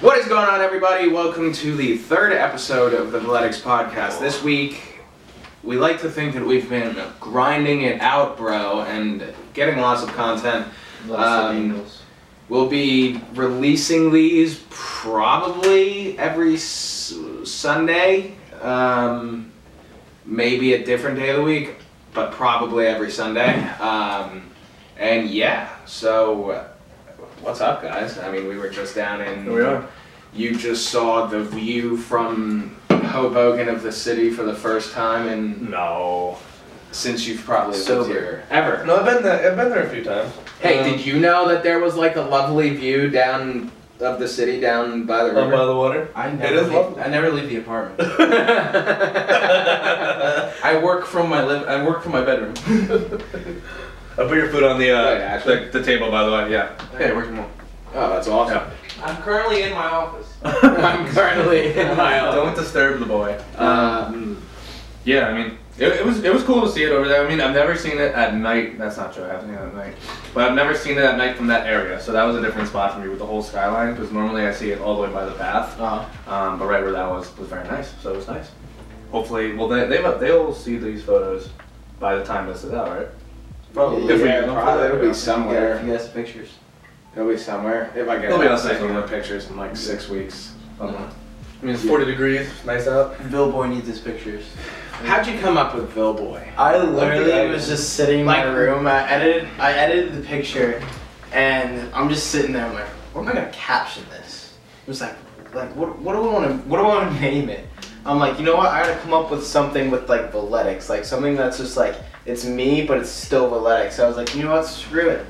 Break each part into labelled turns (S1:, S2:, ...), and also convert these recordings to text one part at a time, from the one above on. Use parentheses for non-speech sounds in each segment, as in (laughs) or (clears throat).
S1: What is going on, everybody? Welcome to the third episode of the Valetics Podcast. This week, we like to think that we've been grinding it out, bro, and getting lots of content.
S2: Lots of
S1: Um,
S2: angles.
S1: We'll be releasing these probably every s- Sunday, um, maybe a different day of the week, but probably every Sunday. Um, and yeah, so uh, what's up, guys? I mean, we were just down in.
S2: Here we are.
S1: You just saw the view from Hoboken of the city for the first time in
S2: No.
S1: since you've probably lived
S2: Sober.
S1: here ever.
S2: No, I've been there. I've been there a few times.
S1: Hey,
S2: Um,
S1: did you know that there was like a lovely view down of the city down by
S3: Oh,
S1: the
S2: Up by
S1: river?
S2: the water. (laughs)
S3: I
S2: It
S3: never
S2: is
S3: leave,
S2: lovely.
S3: I never leave the apartment.
S1: (laughs)
S3: I work from my live. I work from my bedroom.
S2: I put your food on the
S1: Oh, yeah,
S2: uh,
S1: actually.
S2: the, the table, by the way. Yeah.
S3: Okay, I work from home.
S1: oh, that's awesome.
S3: I'm currently in my office.
S1: (laughs) I'm
S2: (laughs)
S1: currently in my
S2: Don't
S1: own.
S2: disturb the boy.
S1: Um,
S2: Yeah, I mean, it, it was it was cool to see it over there. I mean, I've never seen it at night. That's not true. I haven't seen it at night, but I've never seen it at night from that area. So that was a different spot for me with the whole skyline because normally I see it all the way by the path.
S3: Uh,
S2: Um, but right where that was was very nice. So it was nice. Hopefully, well, they they they'll see these photos by the time this is out, right?
S1: probably,
S2: If we
S1: yeah,
S2: can-
S1: probably it'll be
S3: yeah, if
S1: somewhere.
S3: you guys have pictures.
S1: It'll be somewhere. If I get
S2: It'll be
S1: I'll
S2: outside
S1: take some more
S2: somewhere.
S1: pictures in like six weeks.
S2: I mean, it's 40 degrees, nice out.
S3: Bill Boy needs his pictures.
S1: How'd you come up with Billboy?
S4: I literally was just sitting in my
S1: Like-
S4: room. I edited, I edited the picture, and I'm just sitting there. I'm like, what am I gonna caption this? It was like, like what, what do I want to, what do I want to name it? I'm like, you know what? I gotta come up with something with like Valetics, like something that's just like it's me, but it's still Valetics. So I was like, you know what? Screw it,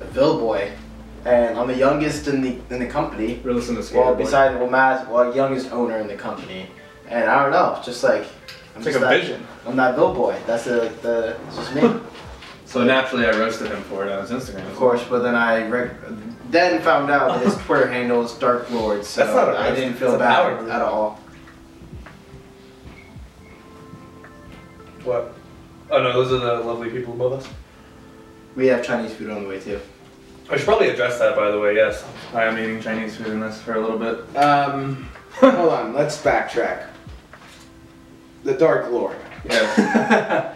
S4: Ville boy, and I'm the youngest in the in the company.
S2: We're listening to Skater
S4: Well,
S2: Boy.
S4: besides, well, Matt's well, youngest owner in the company, and I don't know, just like I'm
S2: It's like
S4: just
S2: a
S4: that,
S2: vision.
S4: I'm that billboy. That's the the it's just me, of
S2: So naturally, I roasted him for it on his Instagram.
S4: course. But then I rec- then found out
S1: (laughs)
S4: that his Twitter handle is Dark Lord, so
S2: That's not a
S4: I
S2: roast,
S4: didn't
S2: it's
S4: feel
S2: a power
S4: bad
S2: move.
S4: at all.
S2: What? Oh no, those are the lovely people above us.
S4: We have Chinese food on the way too.
S2: I should probably address that, by the way. Yes, I am eating Chinese food in this for a
S1: (laughs)
S2: little bit.
S1: Um, hold on, let's backtrack. The Dark Lord.
S2: Yeah.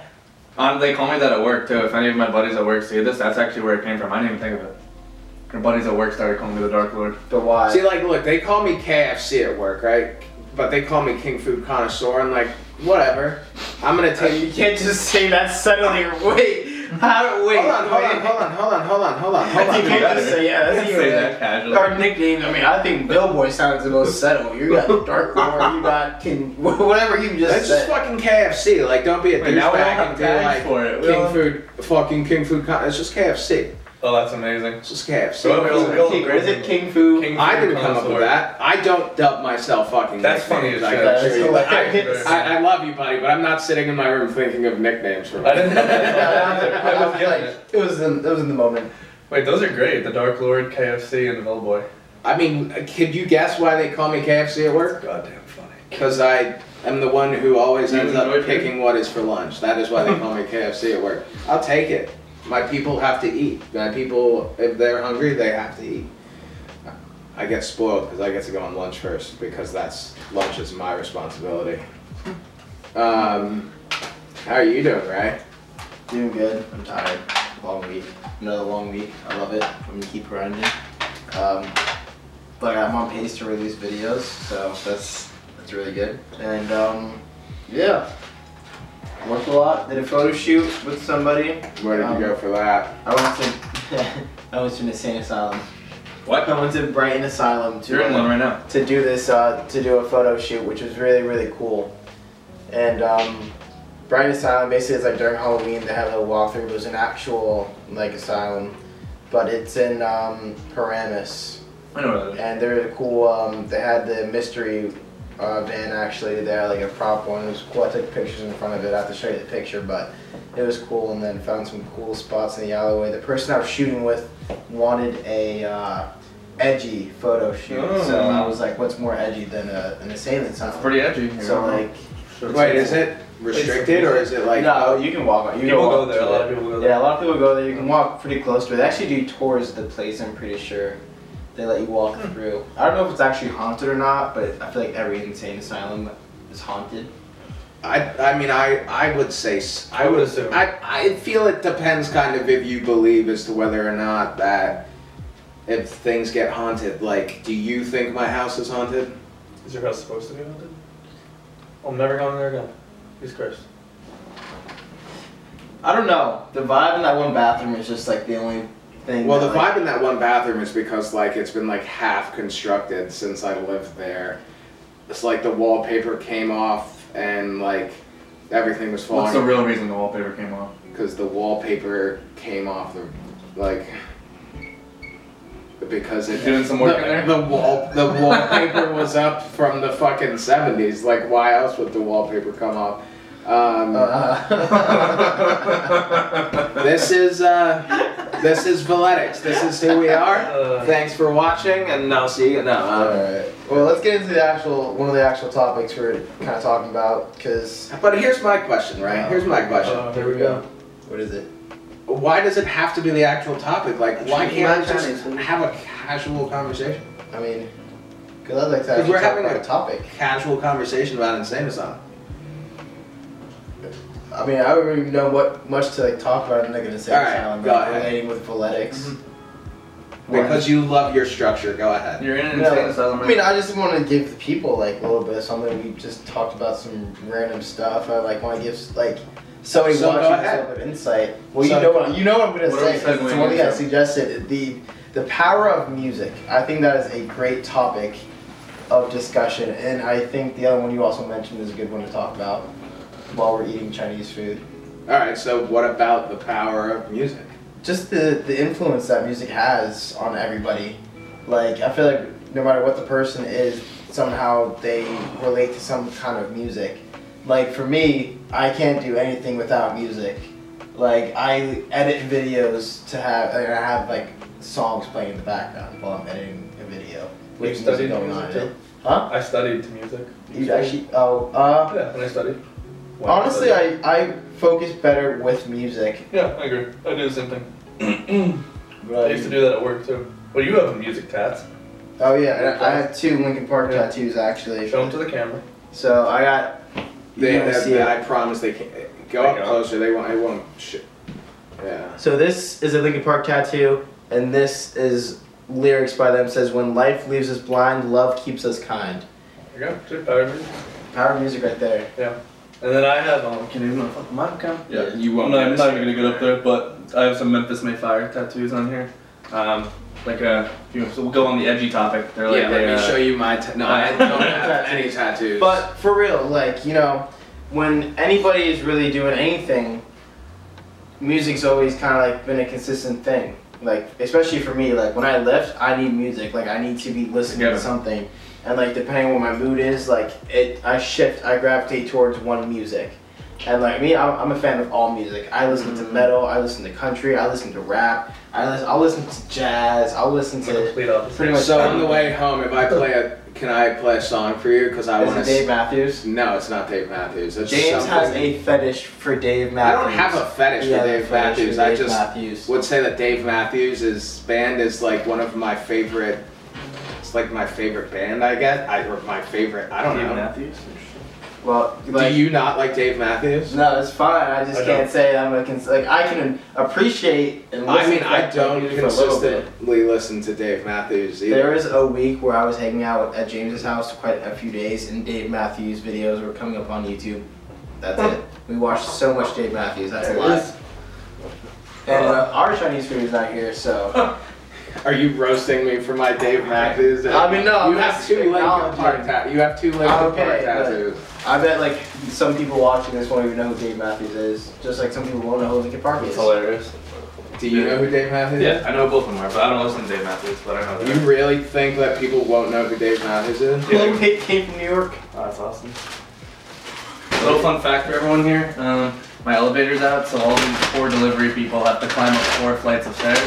S2: um, they call me that at work too. If any of my buddies at work see this, that's actually where it came from. I didn't even think of it. Your buddies at work started calling me the Dark Lord.
S4: But why?
S1: (laughs) See, like, look, they call me KFC at work, right? But they call me King Food Connoisseur, and like, whatever. I'm gonna take.
S4: (laughs) you can't just say that suddenly. (laughs) Wait, how? Wait,
S1: Hold on, hold on,
S4: wait.
S1: hold on, hold on, hold on, hold on, hold
S4: You
S1: on.
S2: think
S4: can't just say yeah. That's
S2: (laughs) Say
S4: even better.
S2: that casually.
S4: Our nickname, I mean, I think Billboy sounds the most subtle. You
S1: (laughs)
S4: got Dark Lord, you got King, whatever you just
S1: That's just
S4: said.
S1: fucking KFC. Like, don't be a
S2: Wait, now we don't
S1: douchebag
S2: have
S1: and be like
S2: tags for it. We
S1: King
S2: don't-
S1: Food, fucking King Food. Con- it's just KFC.
S2: Oh, that's amazing.
S1: It's just KFC.
S2: So it was-
S4: King, what is it King Fu? (laughs)
S2: King-
S1: I didn't come up with that. I don't dub myself fucking.
S2: That's funny
S1: nicknames,
S2: as
S1: I
S2: shit.
S1: can
S4: That's
S1: assure you.
S4: hilarious.
S1: I, I love you, buddy, but I'm not sitting in my room thinking of nicknames for myself.
S2: I was getting
S4: Like, it was in, it was in the moment.
S2: Wait, those are great. The Dark Lord, KFC, and the Bellboy.
S1: I mean, could you guess why they call me KFC at work?
S2: Goddamn funny.
S1: Because I am the one who always
S2: You
S1: ends up
S2: enjoy food?
S1: picking what is for lunch. That is why
S2: (laughs)
S1: they call me KFC at work. I'll take it. My people have to eat. My people, if they're hungry, they have to eat. I get spoiled because I get to go on lunch first because that's lunch is my responsibility. Um, how are you doing, Ray?
S4: Doing good. I'm tired. Long week. Another long week. I love it. I'm gonna keep grinding. Um, but I'm on pace to release videos, so that's that's really good. And um, yeah, worked a lot. Did a photo shoot with somebody.
S1: Where did you go for that?
S4: I went to (laughs) I went to an insane asylum.
S2: What?
S4: I went to Brighton Asylum to
S2: You're in one right now.
S4: to do this uh, to do a photo shoot, which was really really cool. And um, Brighton Asylum basically is like during Halloween they have a little walkthrough. It was an actual like asylum, but it's in um, Paramus
S2: I know where that
S4: and they were cool. Um, they had the mystery uh, van actually. They had like a prop one. It was cool. I took pictures in front of it. I have to show you the picture, but it was cool. And then found some cool spots in the alleyway. The person I was shooting with wanted a uh, edgy photo shoot, so
S2: Oh.
S4: I was like, "What's more edgy than a, an assailant sign?"
S2: It's pretty edgy. you
S4: so
S2: know?
S4: like,
S2: Sure.
S1: Wait, is it restricted or is it like?
S4: no, you can walk. You can
S2: People
S4: walk
S2: go there.
S4: to it.
S2: A lot of people go there.
S4: Yeah, a lot of people go there. You can walk pretty close to it. They actually do tours of the place, I'm pretty sure. They let you walk through. I don't know if it's actually haunted or not, but I feel like every insane asylum is haunted.
S1: I, I mean, I, I would say, s- I
S5: would
S1: would
S5: assume.
S1: I, I feel it depends kind of if you believe as to whether or not that if things get haunted, like, do you think my house is haunted?
S5: Is your house supposed to be haunted? I'm never going there again. He's cursed.
S4: I don't know. The vibe in that one bathroom is just like the only thing.
S1: Well,
S4: that,
S1: the
S4: like,
S1: vibe in that one bathroom is because, like, it's been, like, half constructed since I lived there. It's like the wallpaper came off and, like, everything was
S5: What's the
S1: falling
S5: real reason the wallpaper
S4: (laughs)
S5: came off?
S1: because the wallpaper came off the, like, because it.
S5: Doing some work
S1: the,
S5: in
S1: The
S5: there?
S1: wall, the wallpaper was up from the fucking seventies. Like, why else would the wallpaper come off? Um,
S4: Uh-huh. Uh, (laughs)
S1: this is uh, this is Valetics. This is who we are. Thanks for watching, and I'll see you. No, uh,
S4: Alright. Well, let's get into the actual one of the actual topics we we're kind of talking about because
S1: but here's my question, right? Here's my question.
S5: here we go.
S4: what is it?
S1: Why does it have to be the actual topic? Like, why can't I
S4: Imagine
S1: just
S4: it's-
S1: have a casual conversation?
S4: I mean, because I'd like to
S1: 'Cause
S4: actually
S1: we're
S4: talk
S1: having
S4: about
S1: a-
S4: a topic.
S1: Casual conversation about insane asylum.
S4: I mean, I don't really know what much to like talk about. I'm not gonna say
S1: All right,
S4: asylum,
S1: go
S4: but
S1: ahead.
S4: relating with Valetics.
S1: Because you love your structure. Go ahead.
S5: You're in an
S4: No,
S5: insane asylum.
S4: I mean, I just want to give the people like a little bit of something. We just talked about some random stuff. I like want to give like somebody
S1: So go
S4: watching this a
S1: ahead.
S4: little bit of insight. Well,
S1: So-
S4: you know what you know what I'm gonna
S5: What are we
S4: say. 'cause It's
S5: segueing
S4: the one thing I
S5: into?
S4: suggested. The the power of music. I think that is a great topic of discussion, and I think the other one you also mentioned is a good one to talk about while we're eating Chinese food.
S1: All right. So, what about the power of music?
S4: just the the influence that music has on everybody. Like I feel like no matter what the person is, somehow they relate to some kind of music. Like for me, I can't do anything without music. Like I edit videos to have and I have like songs playing in the background while I'm editing a video.
S2: You've
S4: music
S2: studied
S4: going
S2: music
S4: on in
S2: too?
S4: it. Huh?
S2: I studied to music.
S4: You actually oh uh
S2: Yeah, and I studied. Why I
S4: honestly
S2: studied.
S4: I, I focus better with music.
S2: Yeah, I agree. I do the same thing. (clears throat) I
S4: Right.
S2: used to do that at work too. Well, you have music tats.
S4: Oh yeah, and I have two Linkin Park tattoos actually.
S2: Show them to the camera.
S4: So I got. you
S1: They,
S4: wanna
S1: that-
S4: see it.
S1: I promise they can't. Go
S2: They
S1: up
S2: go.
S1: closer. They won't. It won't. Sh- yeah.
S4: So this is a Linkin Park tattoo, and this is lyrics by them. Says, "When life leaves us blind, love keeps us kind."
S2: There you go. Check power music.
S4: Power music right there.
S2: And then I have um.
S5: Can you even fuck my account?
S4: Yeah,
S5: you won't. I'm not, I'm not even gonna get up there, but I have some Memphis May Fire tattoos on here. Um, like uh, if you- so we'll go on the edgy topic. They're like,
S1: yeah, let
S5: they,
S1: me
S5: uh,
S1: show you my. ta- no, I don't have any tattoos.
S4: But for real, like you know, when anybody is really doing anything, music's always kind of like been a consistent thing. Like especially for me, like when I lift, I need music. Like I need to be listening
S5: Together.
S4: to something, and like depending on what my mood is, like it, I shift, I gravitate towards one music. And like me, I'm, I'm a fan of all music. I listen
S1: Mm-hmm.
S4: to metal, I listen to country, I listen to rap, I listen, I'll listen to jazz, I'll listen
S2: I'm the
S4: to
S2: complete opposite.
S4: pretty much.
S1: so on the way home, if I play a, can I play a song for you? Because I
S4: Is
S1: want
S4: it
S1: to.
S4: Dave Matthews?
S1: no, it's not Dave Matthews. It's
S4: James
S1: something-
S4: has a fetish for Dave
S1: I
S4: Matthews.
S1: don't have a fetish
S4: Yeah,
S1: for Dave
S4: fetish
S1: Matthews.
S4: for
S1: I
S4: Dave
S1: just
S4: Matthews.
S1: would say that Dave Matthews' is band is like one of my favorite. It's like my favorite band, I guess. I or my favorite. I don't
S5: Dave
S1: know.
S5: Matthews.
S4: Well, like,
S1: Do you not like Dave Matthews?
S4: no, it's fine. I just
S2: I
S4: can't
S2: don't.
S4: say I'm a cons- like I can appreciate and
S1: I
S4: listen
S1: mean,
S4: to
S1: I
S4: that
S1: don't
S4: music for a little bit.
S1: consistently listen to Dave Matthews either.
S4: There was a week where I was hanging out at James's house quite a few days, and Dave Matthews videos were coming up on YouTube. That's it. We watched so much Dave Matthews. That's a lot. And uh, our Chinese food is not here, so.
S1: Are you roasting me for my Dave Matthews?
S4: I mean, no,
S1: You
S4: I'm
S1: have
S4: just
S1: two Linkin
S4: acknowledging.
S1: Park tattoos. You have two Linkin Park
S4: Okay, but-
S1: tattoos.
S4: I bet like some people watching this won't even know who Dave Matthews is. Just like some people won't know who Linkin Park
S5: It's
S4: is.
S5: hilarious.
S1: Do you know who Dave Matthews
S5: Yeah, I know both of them are, but I don't listen to Dave Matthews, but I know
S1: is?
S5: that.
S1: You really think that people won't know who Dave Matthews is?
S5: Yeah.
S4: They came from New York.
S5: Oh, that's awesome. A little fun fact for everyone here. Um, my elevator's out, so all these poor delivery people have to climb up four flights of stairs.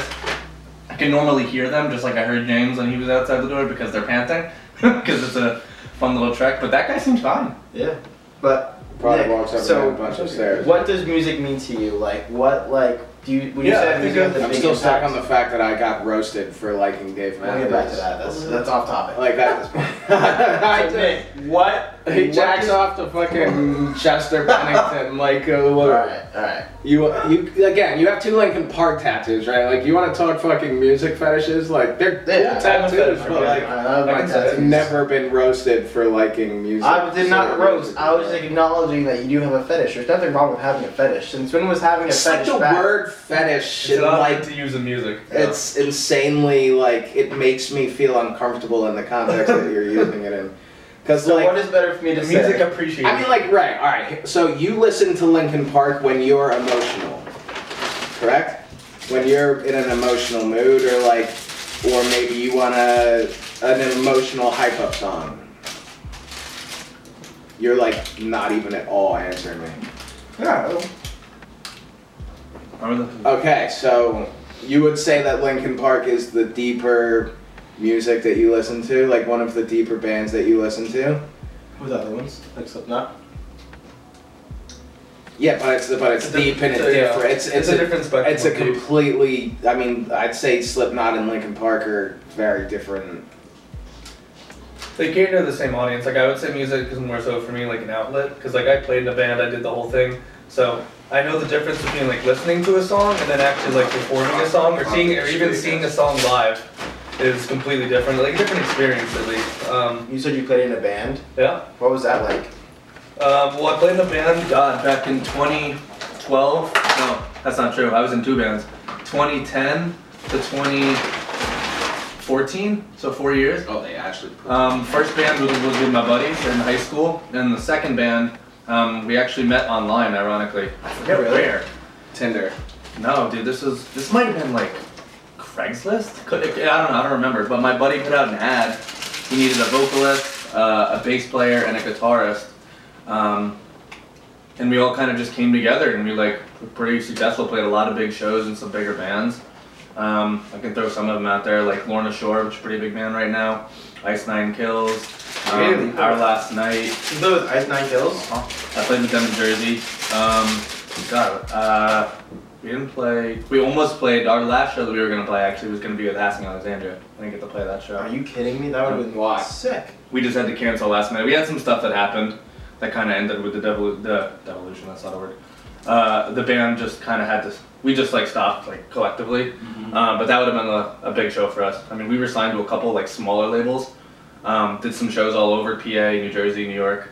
S5: I can normally hear them, just like I heard James when he was outside the door, because they're panting, (laughs) because it's a fun little trek. But that guy seems fine.
S4: Yeah. But
S1: Probably
S4: Nick,
S1: walks up and
S4: so-
S1: down a bunch of stairs.
S4: what does music mean to you? Like what like Do you? Would you
S2: Yeah,
S4: say
S2: I think
S4: who's got
S2: I'm-
S4: the
S1: I'm
S4: big
S1: still stuck
S4: impact?
S1: on the fact that I got roasted for liking Dave
S4: We'll
S1: Matthews.
S4: get back to that. That's that's off topic.
S1: Like at this
S4: (laughs)
S1: point. (laughs) I did.
S4: what?
S1: He jacks off to fucking Chester (laughs) Bennington, like uh,
S4: All
S1: what-
S4: right, all right.
S1: you you again. You have two Lincoln Park tattoos, right? Like you want to talk fucking music fetishes, like they're cool
S4: Yeah,
S1: tattoos,
S2: fetish,
S1: but
S2: okay.
S1: like
S2: I
S4: I,
S2: can say
S1: I've never been roasted for liking music.
S4: I did not
S1: So-
S4: roast. I was just acknowledging that you do have a fetish. There's nothing wrong with having a fetish. Since when was having a
S1: It's
S4: fetish
S1: such a
S4: bad?
S1: word fetish.
S2: It's
S1: and,
S2: an odd
S1: like
S2: like to use in music.
S1: It's insanely like it makes me feel uncomfortable in the context that you're using it
S4: (laughs)
S1: in. Because
S4: So
S1: like
S4: what is better for me to
S2: music
S4: say?
S2: appreciation.
S1: I mean like right, all right. So you listen to Linkin Park when you're emotional, correct? When you're in an emotional mood or like, or maybe you want to an emotional hype up song. You're like not even at all answering me.
S4: No.
S5: Remember the-
S1: Okay, so you would say that Linkin Park is the deeper music that you listen to, like one of the deeper bands that you listen to.
S4: Who's the other ones? Like Slipknot.
S1: Yeah, but it's but it's,
S2: It's a
S1: deep and it's
S2: different- yeah.
S1: different. It's it's,
S2: It's a different spectrum
S1: It's a
S2: of deep.
S1: completely. I mean, I'd say Slipknot and Linkin Park are very different.
S2: They cater to the same audience. Like I would say, music is more so for me like an outlet because like I played in a band, I did the whole thing, so I know the difference between like listening to a song and then actually like performing a song or seeing or even seeing a song live is completely different. Like a different experience at least. Um,
S4: You said you played in a band.
S2: yeah.
S4: What was that like?
S2: Um, well, I played in a band. uh,
S5: God, back in 2012. No, that's not true. I was in two bands. 2010 to 2014, so four years.
S1: Oh, they actually.
S5: Um, first band was, was with my buddies in high school, and the second band um, we actually met online, ironically. I forget
S4: Really?
S5: where.
S1: Tinder.
S5: No, dude, this was this might have been like Craigslist. Could, I don't know. I don't remember. But my buddy put out an ad. He needed a vocalist, uh, a bass player, and a guitarist. Um, and we all kind of just came together, and we like were pretty successful. Played a lot of big shows and some bigger bands. Um, I can throw some of them out there, like Lorna Shore, which is a pretty big band right now. Ice Nine Kills. um,
S4: Really?
S5: Our Last Night.
S4: You played with Ice Nine Kills.
S5: I played with them in Jersey. Um, God, uh, we didn't play. We almost played. Our last show that we were gonna play actually was gonna be with Asking Alexandria. I didn't get to play that
S4: Are
S5: show.
S4: you kidding me? That would have been
S1: Why?
S4: sick.
S5: We just had to cancel last minute. We had some stuff that happened that kind of ended with the devil, the devolution. That's not a word. Uh, the band just kind of had to. We just like stopped like collectively. Um, but that would have been a, a big show for us. I mean, we were signed to a couple like smaller labels. Um, did some shows all over PA, New Jersey, New York.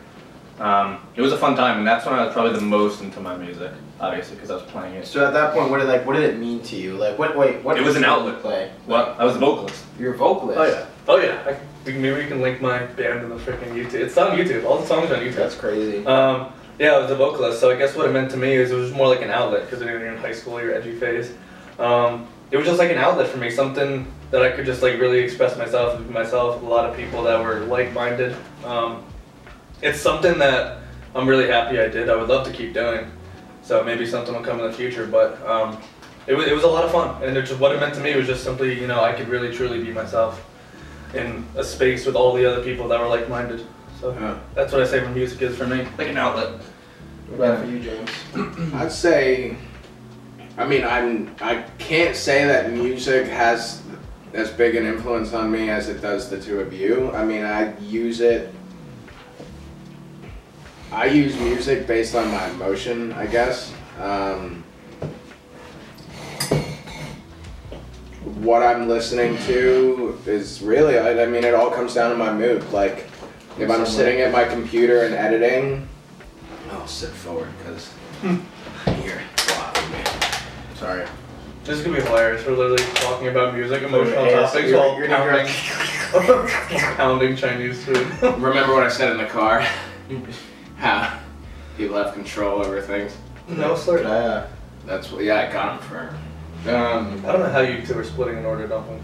S5: Um, it was a fun time, and that's when I was probably the most into my music, obviously, because I was playing it.
S4: So at that point, what did like what did it mean to you? Like what? Wait, what?
S5: It was an
S4: did you
S5: outlet.
S4: Play.
S5: Well, I was a vocalist.
S4: You're a vocalist.
S2: Oh yeah. Oh yeah. I, can- we can- maybe we can link my band in the freaking YouTube. It's on YouTube. All the songs are on YouTube.
S4: That's crazy.
S2: Um, yeah, I was a vocalist, so I guess what it meant to me is it was more like an outlet because when you're in high school, your edgy phase. Um, it was just like an outlet for me, something that I could just like really express myself, and be myself, a lot of people that were like-minded. Um, it's something that I'm really happy I did. I would love to keep doing, so maybe something will come in the future. But um, it was it was a lot of fun, and it just, what it meant to me was just simply you know I could really truly be myself in a space with all the other people that were like-minded. So that's what I say when music is for me.
S5: Like an outlet.
S4: what about for you, James?
S1: I'd say, I mean, I'm I can't say that music has as big an influence on me as it does the two of you. I mean, I use it. I use music based on my emotion, I guess. Um, what I'm listening to is really, I, I mean, it all comes down to my mood. Like, if I'm sitting at my computer and editing, I'll sit forward because here.
S4: Sorry.
S2: This is gonna be hilarious. We're literally talking about music, emotional
S4: ASMR,
S2: topics
S4: you're-
S2: while
S4: you're gonna (laughs) hear
S2: pounding, (laughs) pounding Chinese food.
S1: Remember what I said in the car? How people have control over things.
S2: (laughs) no,
S4: Could
S2: sir.
S4: I, uh,
S1: That's what. Yeah, I got them for. Um,
S2: I don't know how you two are splitting an order dumpling.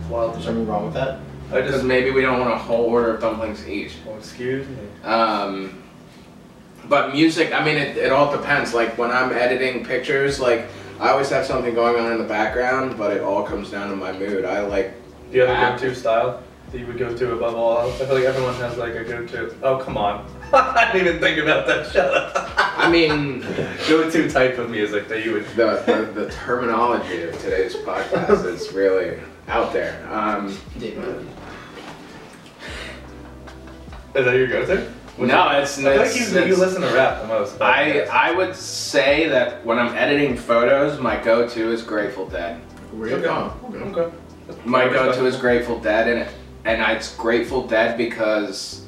S2: It's wild.
S4: there's something wrong with (laughs) that?
S2: I
S1: because
S2: just.
S1: maybe we don't want a whole order of dumplings each.
S2: Well, excuse me.
S1: Um, but music, I mean, it, it all depends. Like when I'm editing pictures, like I always have something going on in the background, but it all comes down to my mood. I like
S2: Do you have
S1: Ah.
S2: a go-to style that you would go to above (laughs) all else? I feel like everyone has like a go-to. Oh come on! I didn't even think about that. Shut up. (laughs)
S1: I mean,
S2: Go-to type of music that you would.
S1: the, the, the terminology of today's podcast is really out there. Um,
S2: Is that your go-to? Would you-
S1: no, it's,
S2: I feel like
S1: it's-
S2: you, you
S1: it's-
S2: listen to rap the most.
S1: I I would say that when I'm editing photos, my go-to is Grateful Dead.
S4: Where
S2: Okay. okay.
S1: My go-to is Grateful Dead, and and it's Grateful Dead because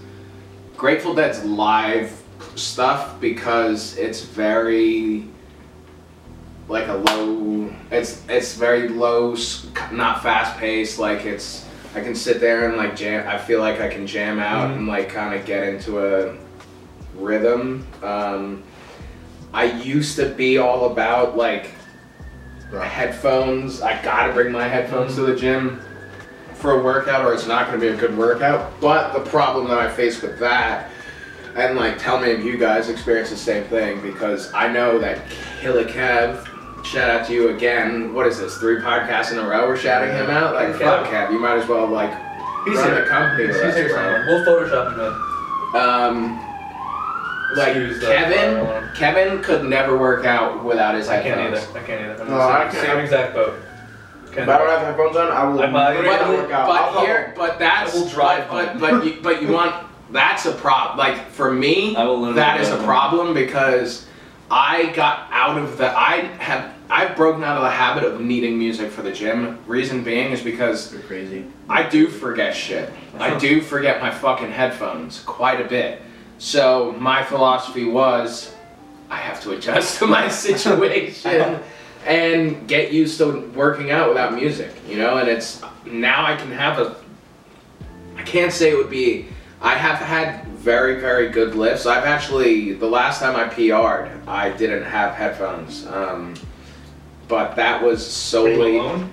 S1: Grateful Dead's live stuff because it's very like a low. It's it's very low, s- not fast paced. Like it's I can sit there and like jam. I feel like I can jam out and like kind of get into a rhythm. Um, I used to be all about like headphones. I gotta bring my headphones to the gym for a workout, or it's not gonna be a good workout. But the problem that I face with that, and like tell me if you guys experience the same thing, because I know that Killer Kev. Shout out to you again. What is this? Three podcasts in a row we're shouting him out? Like,
S2: Yeah.
S1: fuck, Kev, you might as well, like,
S2: He's
S1: run the
S2: here.
S1: company.
S2: He's
S1: with us,
S2: here
S1: bro.
S2: somewhere. We'll Photoshop him in.
S1: Um, like
S2: Excuse the fire
S1: Kevin,
S2: alarm.
S1: Kevin could never work out without his
S2: I can't
S1: headphones.
S2: either. I can't either. I'm
S4: No, I
S2: in the same,
S4: can't.
S2: same exact boat. Can
S4: If I don't have headphones on, I will
S2: I'm not-
S4: literally
S2: Yeah,
S1: But,
S4: not work out. I'll
S1: but
S4: go
S1: here, but that's
S2: I will drive
S1: But
S2: home.
S1: but you, but you want that's a problem. Like for me,
S5: I will literally
S1: that is a
S5: drive home.
S1: problem because I got out of the. I have I've broken out of the habit of needing music for the gym. Reason being is because
S4: You're crazy.
S1: I do forget shit. I do forget my fucking headphones quite a bit. So my philosophy was I have to adjust to my (laughs) situation and get used to working out without music, you know, and it's now I can have a I can't say it would be I have had very, very good lifts. I've actually the last time I PR'd, I didn't have headphones. Um, but that was
S2: Were
S1: solely
S2: you alone?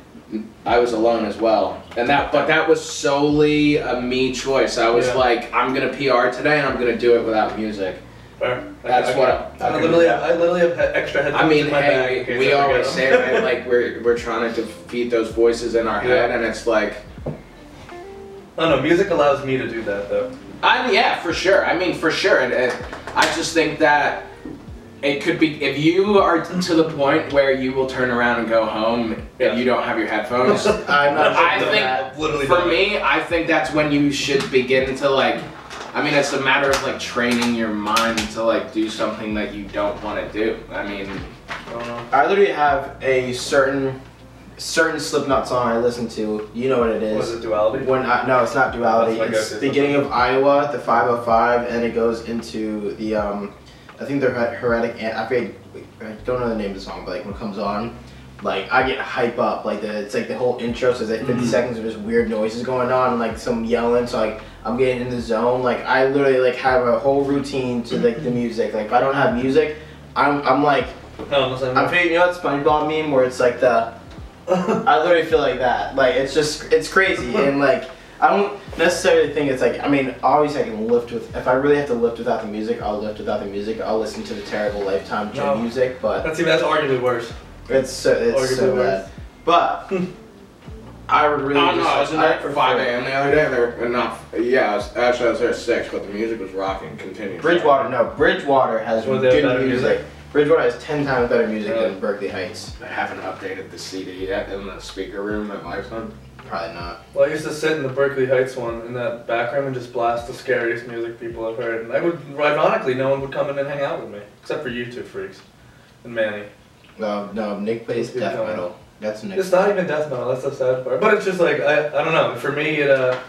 S1: I was alone as well, and that but that was solely a me choice. I was
S2: Yeah.
S1: like, I'm gonna PR today, and I'm gonna do it without music.
S2: Fair.
S1: That's
S2: Okay.
S1: what
S2: I,
S1: I,
S2: literally, have, I literally have he- extra headphones
S1: I mean.
S2: in my bag in
S1: Hey,
S2: case
S1: we
S2: I forget
S1: always
S2: them.
S1: say
S2: (laughs)
S1: right, like we're we're trying to defeat those voices in our
S2: Yeah.
S1: head, and it's like,
S2: No, no, music allows me to do that though.
S1: I yeah, for sure. I mean, for sure, and, and I just think that it could be if you are to the point where you will turn around and go home
S2: Yeah.
S1: and you don't have your headphones.
S4: I'm
S1: (laughs)
S4: not
S1: I
S4: doing
S1: think-
S4: that.
S2: Literally.
S1: For
S2: done it.
S1: me, I think that's when you should begin to like. I mean, it's a matter of like training your mind to like do something that you don't want to do. I mean,
S2: I don't know.
S4: I literally have a certain certain Slipknot song I listen to. You know what it is.
S2: Was it duality?
S4: When I, no, it's not duality.
S2: That's my
S4: It's
S2: go-to.
S4: beginning of Iowa, the 505, and it goes into the um, I think the her- heretic. An- I forget. I don't know the name of the song, but like when it comes on, like I get hype up. Like the it's like the whole intro. So it's like 50 seconds of just weird noises going on, and like some yelling. So like I'm getting in the zone. Like I literally like have a whole routine to like the music. Like if I don't have music, I'm I'm like
S2: No, unless I'm.
S4: I'm feeling you know that SpongeBob meme where it's like the I literally feel like that. Like it's just it's
S1: (laughs)
S4: crazy and like I don't necessarily think it's like I mean obviously I can lift with if I really have to lift without the music I'll lift without the music I'll listen to the terrible Lifetime gym
S2: No.
S1: (laughs)
S4: music but
S2: (laughs) that's even that's arguably worse.
S4: it's so it's so
S2: Arguably
S4: bad. But I would really
S1: oh no,
S4: just,
S1: I was in there at
S4: prefer-
S1: five a.m. the other day. There were enough. Yeah, I was, actually, I was there at six, but the music was rocking. Continue.
S4: Bridgewater no Bridgewater has
S2: Well, they have
S4: good
S2: better
S4: music.
S2: music?
S4: Bridgewater has ten times better music
S2: Really?
S4: than Berkeley Heights
S1: I haven't updated the CD yet in the speaker room at Lifetime.
S4: probably not.
S2: Well, I used to sit in the Berkeley Heights one in that back room and just blast the scariest music people I've heard. And I would, ironically, no one would come in and hang out with me except for you two freaks and Manny.
S4: No no Nick plays
S2: Keep
S4: death
S2: going.
S4: metal that's Nick.
S2: It's not even death metal. That's the sad part. But it's just like I, I don't know. For me, it uh,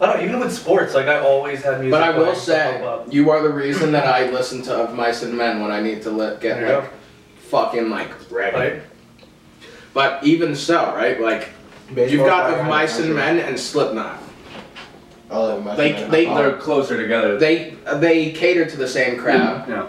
S2: I don't know. Even with sports, like I always had music.
S1: But I will
S2: playing to
S1: say,
S2: pump up.
S1: you are the reason that I listen to Of Mice and Men when I need to let, get
S2: There you
S1: like fucking like ready.
S2: Right?
S1: But even so, right? Like you've
S4: Baseball
S1: got
S4: player,
S1: of mice and
S4: country.
S1: men and Slipknot.
S4: All of Mice
S1: They-
S4: and Men.
S1: they-
S4: Oh.
S5: They're closer together.
S1: They they cater to the same crowd.
S5: yeah.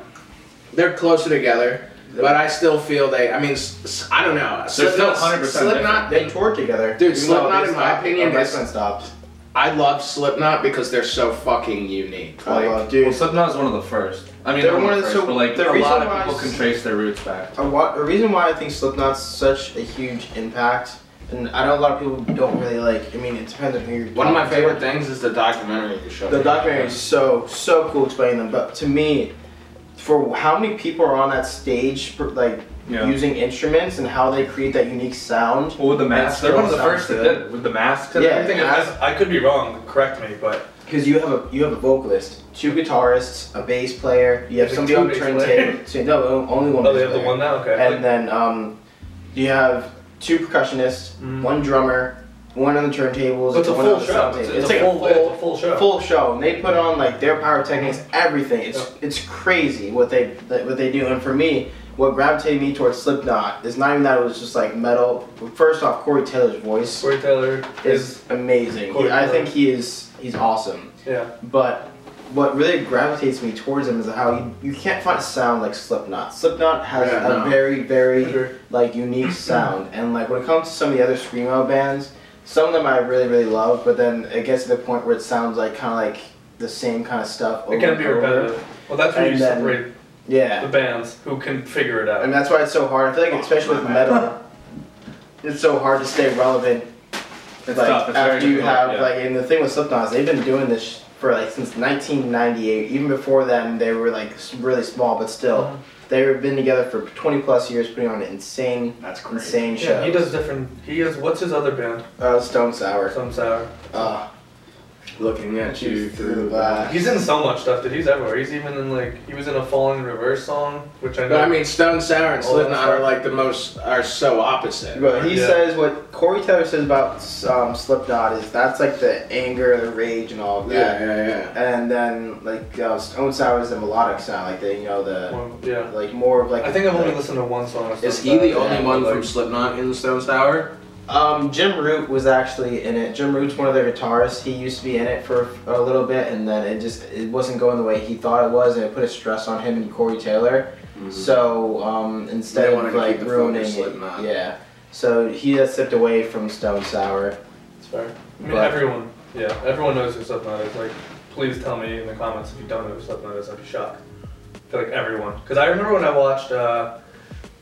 S1: They're closer together, but I still feel they. I mean, s- s- I don't know.
S5: still
S1: Slipknot,
S5: 100%
S1: Slipknot.
S4: They toured together.
S1: Dude,
S4: Even though
S1: Slipknot,
S4: they
S1: in my
S4: stopped,
S1: opinion,
S4: our
S1: is-
S4: Westman stops.
S1: I love Slipknot because they're so fucking unique.
S4: I
S1: Like,
S4: love,
S5: Well,
S4: dude.
S5: Slipknot is one of the first. I mean,
S4: They're
S5: they're one of the first,
S4: so
S5: but like
S4: the
S5: a lot
S4: reason
S5: of people
S4: why
S5: can
S4: s-
S5: trace their roots back.
S4: A, wa- a reason why I think Slipknot's such a huge impact, and I know a lot of people don't really like. I mean, it depends on who you're.
S1: one of my
S4: talking to.
S1: favorite things is the documentary you showed.
S4: The
S1: me.
S4: documentary is so so cool explaining them, but to me, for how many people are on that stage, per- like
S5: Yeah.
S4: using instruments and how they create that unique sound.
S5: Well, with the
S4: That's
S5: masks, they're one of the
S4: still
S5: first that
S4: sounds
S5: did it. With the masks and
S4: Yeah.
S5: everything.
S2: Thing is, I, I could be wrong. Correct me, but
S4: Because you have a you have a vocalist, two guitarists, a bass player. You have
S2: There's
S4: somebody
S2: two
S4: on
S2: bass
S4: turntables. So, no, only one.
S2: oh, they
S4: bass
S2: have the
S4: player.
S2: one now. Okay.
S4: And then um, you have two percussionists,
S2: Mm.
S4: one drummer, one on the turntables,
S2: But it's a
S4: one
S2: full
S4: on the
S2: show.
S4: sound
S2: It's,
S4: table.
S2: it's
S4: It's like
S2: a full, it's a full show. Mm-hmm.
S4: full show. And they put on like their pyrotechnics, everything. It's it's crazy what they that- what they do. And for me, what gravitated me towards Slipknot is not even that it was just like metal. First off, Corey Taylor's voice
S2: Corey Taylor is
S4: is amazing.
S2: Corey
S4: I
S2: Taylor.
S4: think he is he's awesome.
S2: yeah.
S4: But what really gravitates me towards him is how you, you can't find a sound like Slipknot. Slipknot has
S5: Yeah,
S4: a
S5: no.
S4: very very
S2: Sure.
S4: like unique sound. And like when it comes to some of the other screamo bands, some of them I really really love, but then it gets to the point where it sounds like kind of like the same kind of stuff.
S2: It can
S4: and
S2: be repetitive. Well, that's where
S4: And
S2: you
S4: then-
S2: separate the
S4: Yeah,
S2: bands who can figure it out.
S4: and that's why it's so hard. I feel like especially with metal, it's so hard to stay relevant.
S5: It's
S4: like
S5: tough. It's very
S4: after you
S5: difficult,
S4: have
S5: yeah.
S4: like, and the thing with Slipknot is they've been doing this sh- for like since 1998. Even before then, they were like s- really small, but still,
S2: Mhm.
S4: they've been together for 20 plus years, putting on insane,
S5: That's crazy.
S4: insane
S2: yeah,
S4: shows.
S2: he does different. He is what's his other band?
S4: Uh, Stone Sour.
S2: Some sour.
S4: Uh,
S1: Looking at you through the glass.
S4: glass.
S2: He's in so much stuff, dude. He's everywhere. He's even in like he was in a Falling in Reverse song, which I know.
S1: But I mean, Stone Sour and
S2: Oh,
S1: Slipknot
S2: sorry.
S1: are like the most are so opposite.
S4: But he
S2: Yeah.
S4: says what Corey Taylor says about um, Slipknot is that's like the anger, the rage, and all of
S1: yeah,
S4: that.
S1: yeah, yeah.
S4: And then like uh, Stone Sour is the melodic sound, like the you know the
S2: One- yeah.
S4: like more of like.
S2: I think I've only
S4: like-
S2: listened to one song. of
S1: Is
S2: Stone
S1: he the
S2: Sour.
S1: only
S2: Yeah,
S1: one
S2: like-
S1: from Slipknot in Stone Sour?
S4: Um, Jim Root was actually in it. Jim Root's one of their guitarists. He used to be in it for a little bit, and then it just it wasn't going the way he thought it was, and it put a stress on him and Corey Taylor. So um, instead
S1: Mm-hmm. They
S4: of
S1: wanted to
S4: like
S1: keep the
S4: ruining
S1: focus
S4: it,
S1: Slipknot.
S4: yeah. So he has stepped away from Stone Sour.
S2: It's fair. I mean,
S4: But-
S2: everyone. Yeah, everyone knows who Slipknot is. Like, please tell me in the comments if you don't know who Slipknot is. I'd be shocked. I feel like everyone. Because I remember when I watched. Uh,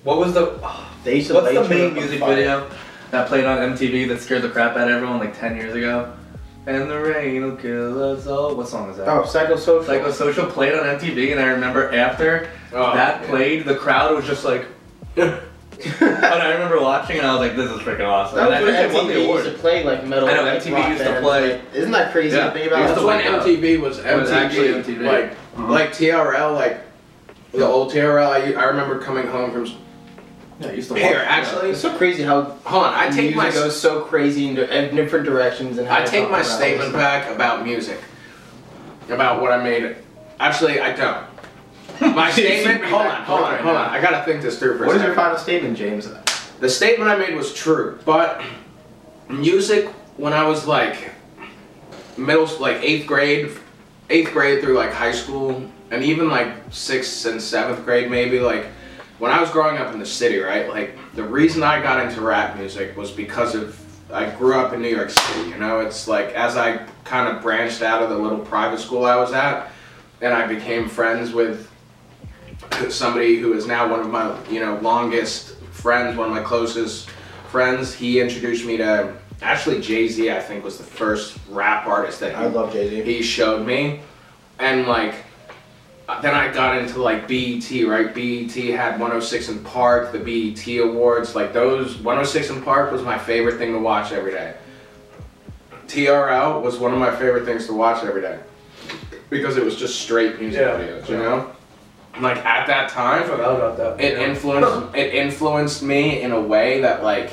S2: what was the?
S4: They used to
S5: What's
S4: light
S5: the
S4: you up
S5: main
S4: on
S5: music
S4: fire.
S5: video that played on MTV that scared the crap out of everyone like 10 years ago? And the rain will kill us all. What song is that?
S4: Oh, psychosocial.
S5: Psychosocial played on MTV, and I remember after
S1: Oh,
S5: that
S1: yeah.
S5: played, the crowd was just like. (laughs) and I remember watching, and I was like, "This is freaking awesome!"
S4: that
S5: and I
S4: was when
S5: think they won the
S4: MTV used
S5: award.
S4: to play like metal.
S5: I know,
S4: like,
S5: MTV
S4: rock
S5: used to
S4: bands.
S5: play-
S4: Like, isn't that crazy
S5: Yeah.
S4: to think
S5: Used
S1: That's
S4: about?
S5: to-
S1: when
S5: wake up.
S1: MTV was MTV.
S5: was actually MTV.
S1: Like, like TRL, like the old TRL. I, I remember coming home from.
S5: Yeah, I (laughs) used to watch.
S1: Here,
S5: that.
S1: actually,
S4: It's so crazy how
S1: hold on. I take
S4: music
S1: my
S4: goes so crazy in, di- in different directions and how
S1: I
S4: it's
S1: take
S4: not
S1: my
S4: about
S1: statement
S4: us.
S1: back about music, about what I made. Actually, I don't.
S5: (laughs)
S1: My statement. Hold on, hold on, hold on. I gotta think this through for a
S4: What is
S1: second.
S4: your final statement, James?
S1: The statement I made was true, but music when I was like middle, like eighth grade, eighth grade through like high school, and even like sixth and seventh grade, maybe like when I was growing up in the city, right? Like the reason I got into rap music was because of I grew up in New York City. You know, it's like as I kind of branched out of the little private school I was at, and I became friends with somebody who is now one of my you know longest friends, one of my closest friends. He introduced me to actually Jay Z. I think was the first rap artist that he,
S4: I love Jay Z.
S1: he showed me, and like then I got into like BET. Right, BET had 106 in Park, the BET Awards. Like those 106 in Park was my favorite thing to watch every day. TRL was one of my favorite things to watch every day because it was just straight music
S2: Yeah.
S1: videos, you know. Like at that
S2: I
S1: time,
S2: forgot about that.
S1: it
S2: yeah.
S1: influenced it influenced me in a way that like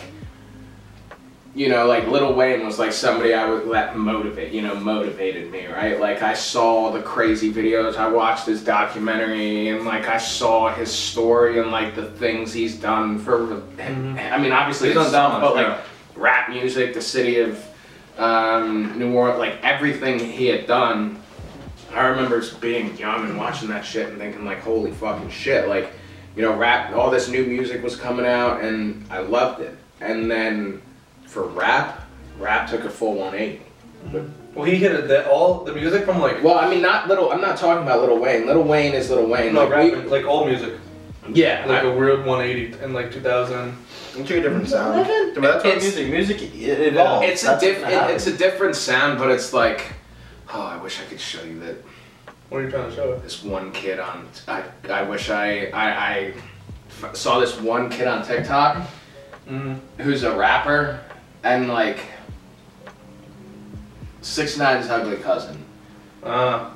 S1: you know like Little Wayne was like somebody I would let motivate you know motivated me right like I saw the crazy videos I watched his documentary and like I saw his story and like the things he's done for I mean obviously
S5: Mm-hmm.
S1: it's-
S5: He's done that much,
S1: but like
S5: yeah.
S1: rap music the city of um, New Orleans like everything he had done I remember being young and watching that shit and thinking like, holy fucking shit, like, you know, rap. All this new music was coming out, and I loved it. And then for rap, rap took a full 180.
S2: Well, he hit it. That all the music from like
S1: Well, I mean, not little. I'm not talking about Little Wayne. Little Wayne is Little Wayne.
S2: no
S1: like,
S2: rap,
S1: we-
S2: like all music,
S1: yeah,
S2: like a weird 180 in like 2000.
S4: You took a different sound. But that's what
S1: It's-
S4: music. Music it evolves.
S1: It's a
S4: That's
S1: diff-
S4: what
S1: it- It's
S4: happens.
S1: a different sound, but it's like, oh, I wish I could show you that
S2: What are you trying to show?
S1: this one kid on I, I wish I, I I f- saw this one kid on TikTok
S5: Mm-hmm.
S2: Mm.
S1: who's a rapper and like six nine's ugly cousin
S2: Uh,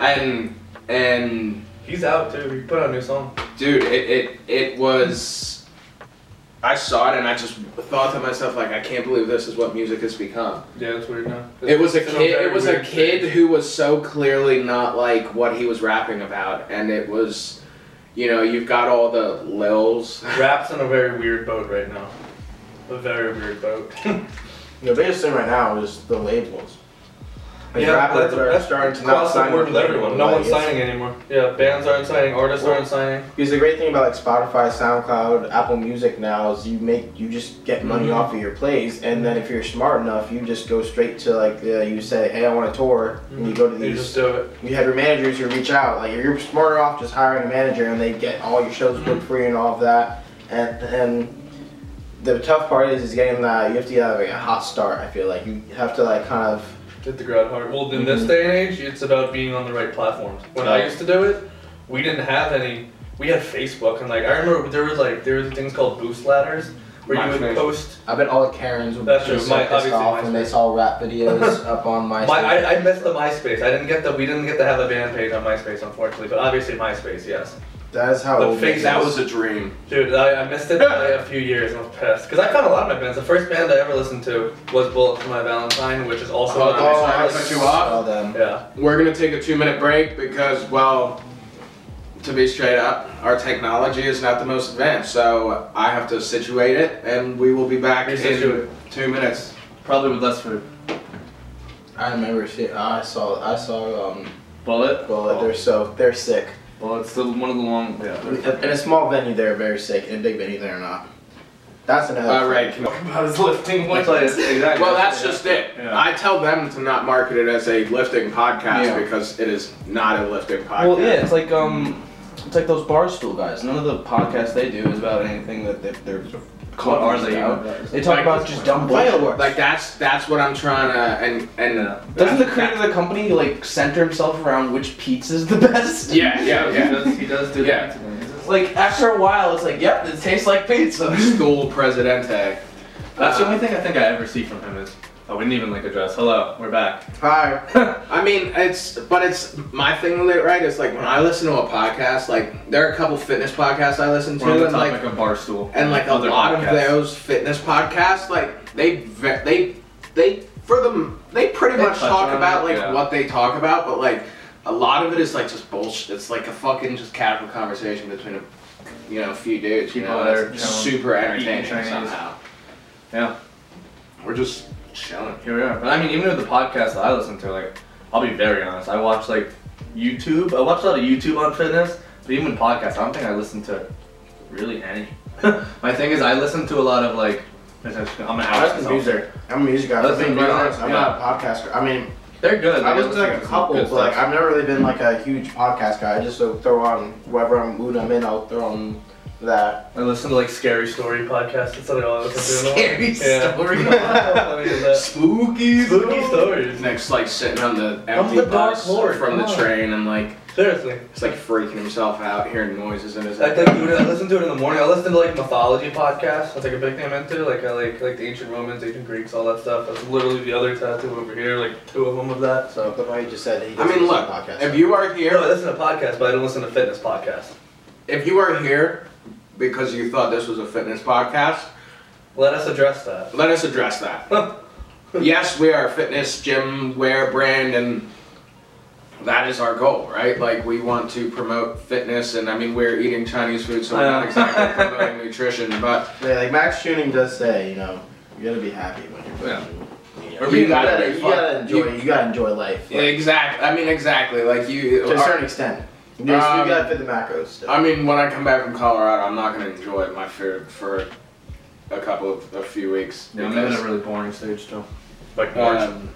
S1: and and
S2: he's out too. He put out a new song.
S1: dude it it, it was I saw it and I just thought to myself like I can't believe this is what music has become.
S2: Yeah, it's weird now.
S1: It was a
S2: It's
S1: kid.
S2: very
S1: It was a
S2: weird
S1: kid
S2: phase.
S1: who was so clearly not like what he was rapping about, and it was, you know, you've got all the lils.
S2: Raps in a very weird boat right now. A very weird boat. (laughs)
S4: The biggest thing right now is the labels. Like
S2: Yeah,
S4: rappers
S2: that's-
S4: are
S2: that's
S4: starting to not
S2: Across the
S4: sign
S2: board
S4: with
S2: with everyone. No
S4: like,
S2: one's
S4: it's-
S2: signing anymore. Yeah, bands aren't signing. Artists
S4: Well-
S2: aren't signing.
S4: Because the great thing about like Spotify, SoundCloud, Apple Music now is you make you just get money
S2: Mhm.
S4: off of your plays, and then if you're smart enough, you just go straight to like uh, you say, hey, I want a tour, and you go to
S2: Mm-hmm. They
S4: these.
S2: just do it.
S4: you have your managers who reach out. Like you're smarter off just hiring a manager, and they get all your shows booked for you and all of that. And and the tough part is is getting that you have to have like, a hot start. I feel like you have to like kind of
S2: Hit the ground hard. Well, in this
S4: Mhm.
S2: day and age, it's about being on the right platforms. When I
S4: Right.
S2: used to do it, we didn't have any. We had Facebook, and like I remember there was like there were things called boost ladders where you would
S1: MySpace.
S2: post.
S4: I bet all the Karens would
S2: That's
S4: be
S2: true.
S4: so
S2: My-
S4: pissed
S2: obviously
S4: off when they
S2: MySpace.
S4: saw rap
S2: (laughs)
S4: videos up on my.
S2: My, I, I missed the MySpace. I didn't get the. We didn't get to have a band page on MySpace, unfortunately. But obviously MySpace, yes.
S4: that is how
S2: the
S4: old it
S2: fake-
S4: is.
S2: that was
S1: a dream.
S2: Dude, I, I missed it by a few years and I was pissed. Because I found a lot of my bands. The first band I ever listened to was Bullet for My Valentine, which is also
S1: Oh,
S2: on
S5: Uh-huh.
S1: oh,
S2: my
S1: I
S2: playlist.
S1: cut you off?
S4: saw them.
S2: Yeah.
S1: We're gonna take a two-minute break because, well, to be straight up, our technology is not the most advanced, so I have to situate it, and we will be back in
S2: Resituate.
S1: two minutes.
S5: Probably with less food.
S4: I remember shit. I saw. I saw. Um,
S5: Bullet.
S4: well,
S1: Oh.
S4: they're so they're sick.
S5: Bullet's still one of the long.
S4: In
S5: Yeah. (laughs)
S4: a small venue, they're very sick. In a big venue, they're not. That's another.
S1: All right. can-
S4: About his lifting
S5: That's why (laughs) it's- exactly.
S1: Well, that's just it.
S5: Yeah.
S1: I tell them to not market it as a lifting podcast
S6: Yeah.
S1: because it is not a lifting podcast.
S6: Well, yeah, it's like um, it's like those bar stool guys. None of the podcasts they do is about anything that they, they're
S5: What
S6: caught
S5: are
S6: on
S5: they?
S6: about.
S5: even?
S6: They talk
S5: Like,
S6: about just dumb bullshit.
S4: Fireworks.
S1: Like that's that's what I'm trying to and and
S6: Doesn't the creator of the company like center himself around which pizza's the (laughs) best?
S1: Yeah, yeah,
S5: Yeah, he
S1: yeah.
S5: does. He does do
S1: Yeah.
S5: that.
S6: Like after a while, it's like, yep, it tastes
S1: (laughs)
S6: like (laughs) pizza.
S1: School presidente.
S5: That's the only thing I think I ever see from him is. Oh, we didn't even link address. Hello, we're back.
S4: Hi.
S1: I mean, it's but it's my thing with it, right? It's like when I listen to a podcast, like there are a couple fitness podcasts I listen
S5: We're on
S1: to,
S5: the
S1: and
S5: topic
S1: like
S5: of bar stool.
S1: and like a
S5: Other
S1: lot of
S5: podcasts.
S1: those fitness podcasts, like they ve- they they for them they pretty
S5: They
S1: much
S5: touch
S1: talk
S5: on
S1: about
S5: it,
S1: like
S5: yeah.
S1: what they talk about, but like a lot of it is like just bullshit. It's like a fucking just casual conversation between a you know a few dudes. You
S5: People
S1: know,
S5: that are
S1: that's
S5: chilling,
S1: super entertaining
S5: Chinese.
S1: somehow.
S5: Yeah.
S1: We're just chilling.
S5: Here we are. But I mean, even with the podcasts that I listen to, like, I'll be very honest. I watch like YouTube. I watch a lot of YouTube on fitness, but even podcasts, I don't think I listen to really any. (laughs) My thing is, I listen to a lot of like. I'm gonna out
S4: I'm a
S5: myself.
S4: music. I'm a music guy.
S5: That's
S4: I'm being
S5: music,
S4: quite honest. I'm
S5: yeah.
S4: not a podcaster. I mean,
S5: They're good.
S4: I
S5: like,
S4: listen to like a
S5: some
S4: couple,
S5: good
S4: but like
S5: stuff.
S4: I've never really been like a huge podcast guy. I just like, throw on whatever I'm mood I'm in. I'll throw on that.
S2: I listen to like Scary Story podcast. That's something I listen to. in a while.
S4: (laughs)
S2: yeah.
S5: (laughs)
S4: story.
S2: Let me do that.
S1: Spooky,
S4: (laughs)
S2: Spooky stories.
S1: Next, like sitting on the empty
S2: the Dark
S1: bus
S2: Lord,
S1: from the
S2: come on.
S1: train and like
S2: Seriously.
S1: it's like freaking himself out, hearing noises in his
S2: I
S1: head.
S2: think dude, I listen to it in the morning. I listen to like mythology podcasts. That's like a big thing I'm into. Like I like like the ancient Romans, ancient Greeks, all that stuff. That's literally the other tattoo over here. Like two of them of that. So
S4: The way you just said. He
S1: I
S4: doesn't
S1: mean,
S4: listen
S1: look,
S4: to podcasts.
S1: if you are
S2: no, I
S1: here,
S2: listen to podcasts, but I don't listen to fitness podcasts.
S1: if you are here because you thought this was a fitness podcast,
S2: Let us address that.
S1: let us address that. yes, we are a fitness gym wear brand, and that is our goal, right? Like we want to promote fitness, and I mean we're eating Chinese food, so we're not exactly
S2: (laughs)
S1: promoting nutrition, but
S4: yeah, like Max Tuning does say, you know, you gotta be happy when you're.
S5: Yeah.
S4: fucking-
S5: Or
S4: You
S5: being
S4: gotta,
S1: very
S4: you
S1: fun.
S4: gotta enjoy.
S1: You-
S4: You, gotta enjoy life.
S1: yeah, exactly. I mean, exactly. Like you,
S4: to a
S1: our-
S4: certain extent. You still
S1: Um,
S4: gotta fit the macros. Still.
S1: I mean, when I come back from Colorado, I'm not gonna enjoy my food for a couple of a few weeks.
S5: Yeah, I'm
S1: because,
S5: in a really boring stage still.
S2: Like March.
S1: um,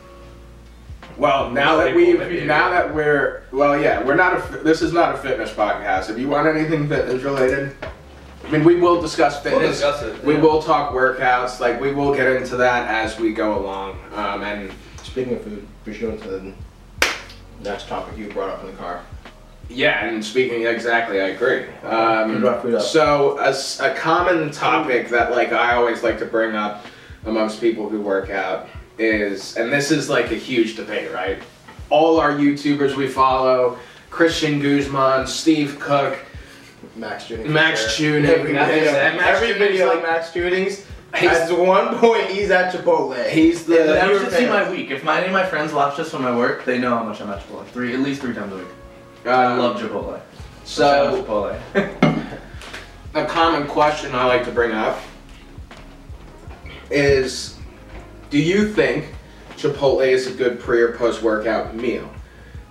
S1: well, now that
S2: April,
S1: we've
S2: maybe.
S1: now that we're well, yeah, we're not a. fi- This is not a fitness podcast. If you want anything fitness related, I mean, we will discuss
S2: we'll
S1: fitness.
S2: discuss it.
S1: We
S2: yeah.
S1: will talk workouts. Like we will get into that as we go along. Um, and
S4: Speaking of food, we should go into the That's a topic you brought up in the car.
S1: Yeah, and speaking exactly, I agree.
S4: Good
S2: Mm-hmm.
S1: Um,
S4: rough it up.
S1: so a, s- a common topic that like I always like to bring up amongst people who work out is, and this is like a huge debate, right? All our YouTubers we follow, Christian Guzman, Steve Cook,
S4: Max Jennings.
S1: Max Tuning,
S4: Every,
S1: and-
S4: video,
S1: and Max
S4: every
S1: Tuning's
S4: video
S1: like-
S4: of Max Tunings,
S1: he's,
S4: at one point he's at Chipotle.
S1: he's
S5: Yeah,
S1: the
S5: but
S4: you're
S5: you
S4: a
S5: should see
S4: fan.
S5: my week. If my, any of my friends watch this from my work, they know how much I'm at Chipotle. Three, at least three times a week. I
S1: um,
S5: love Chipotle. Shout out
S1: so (laughs)
S5: Chipotle.
S1: a common question I like to bring up is do you think Chipotle is a good pre or post workout meal?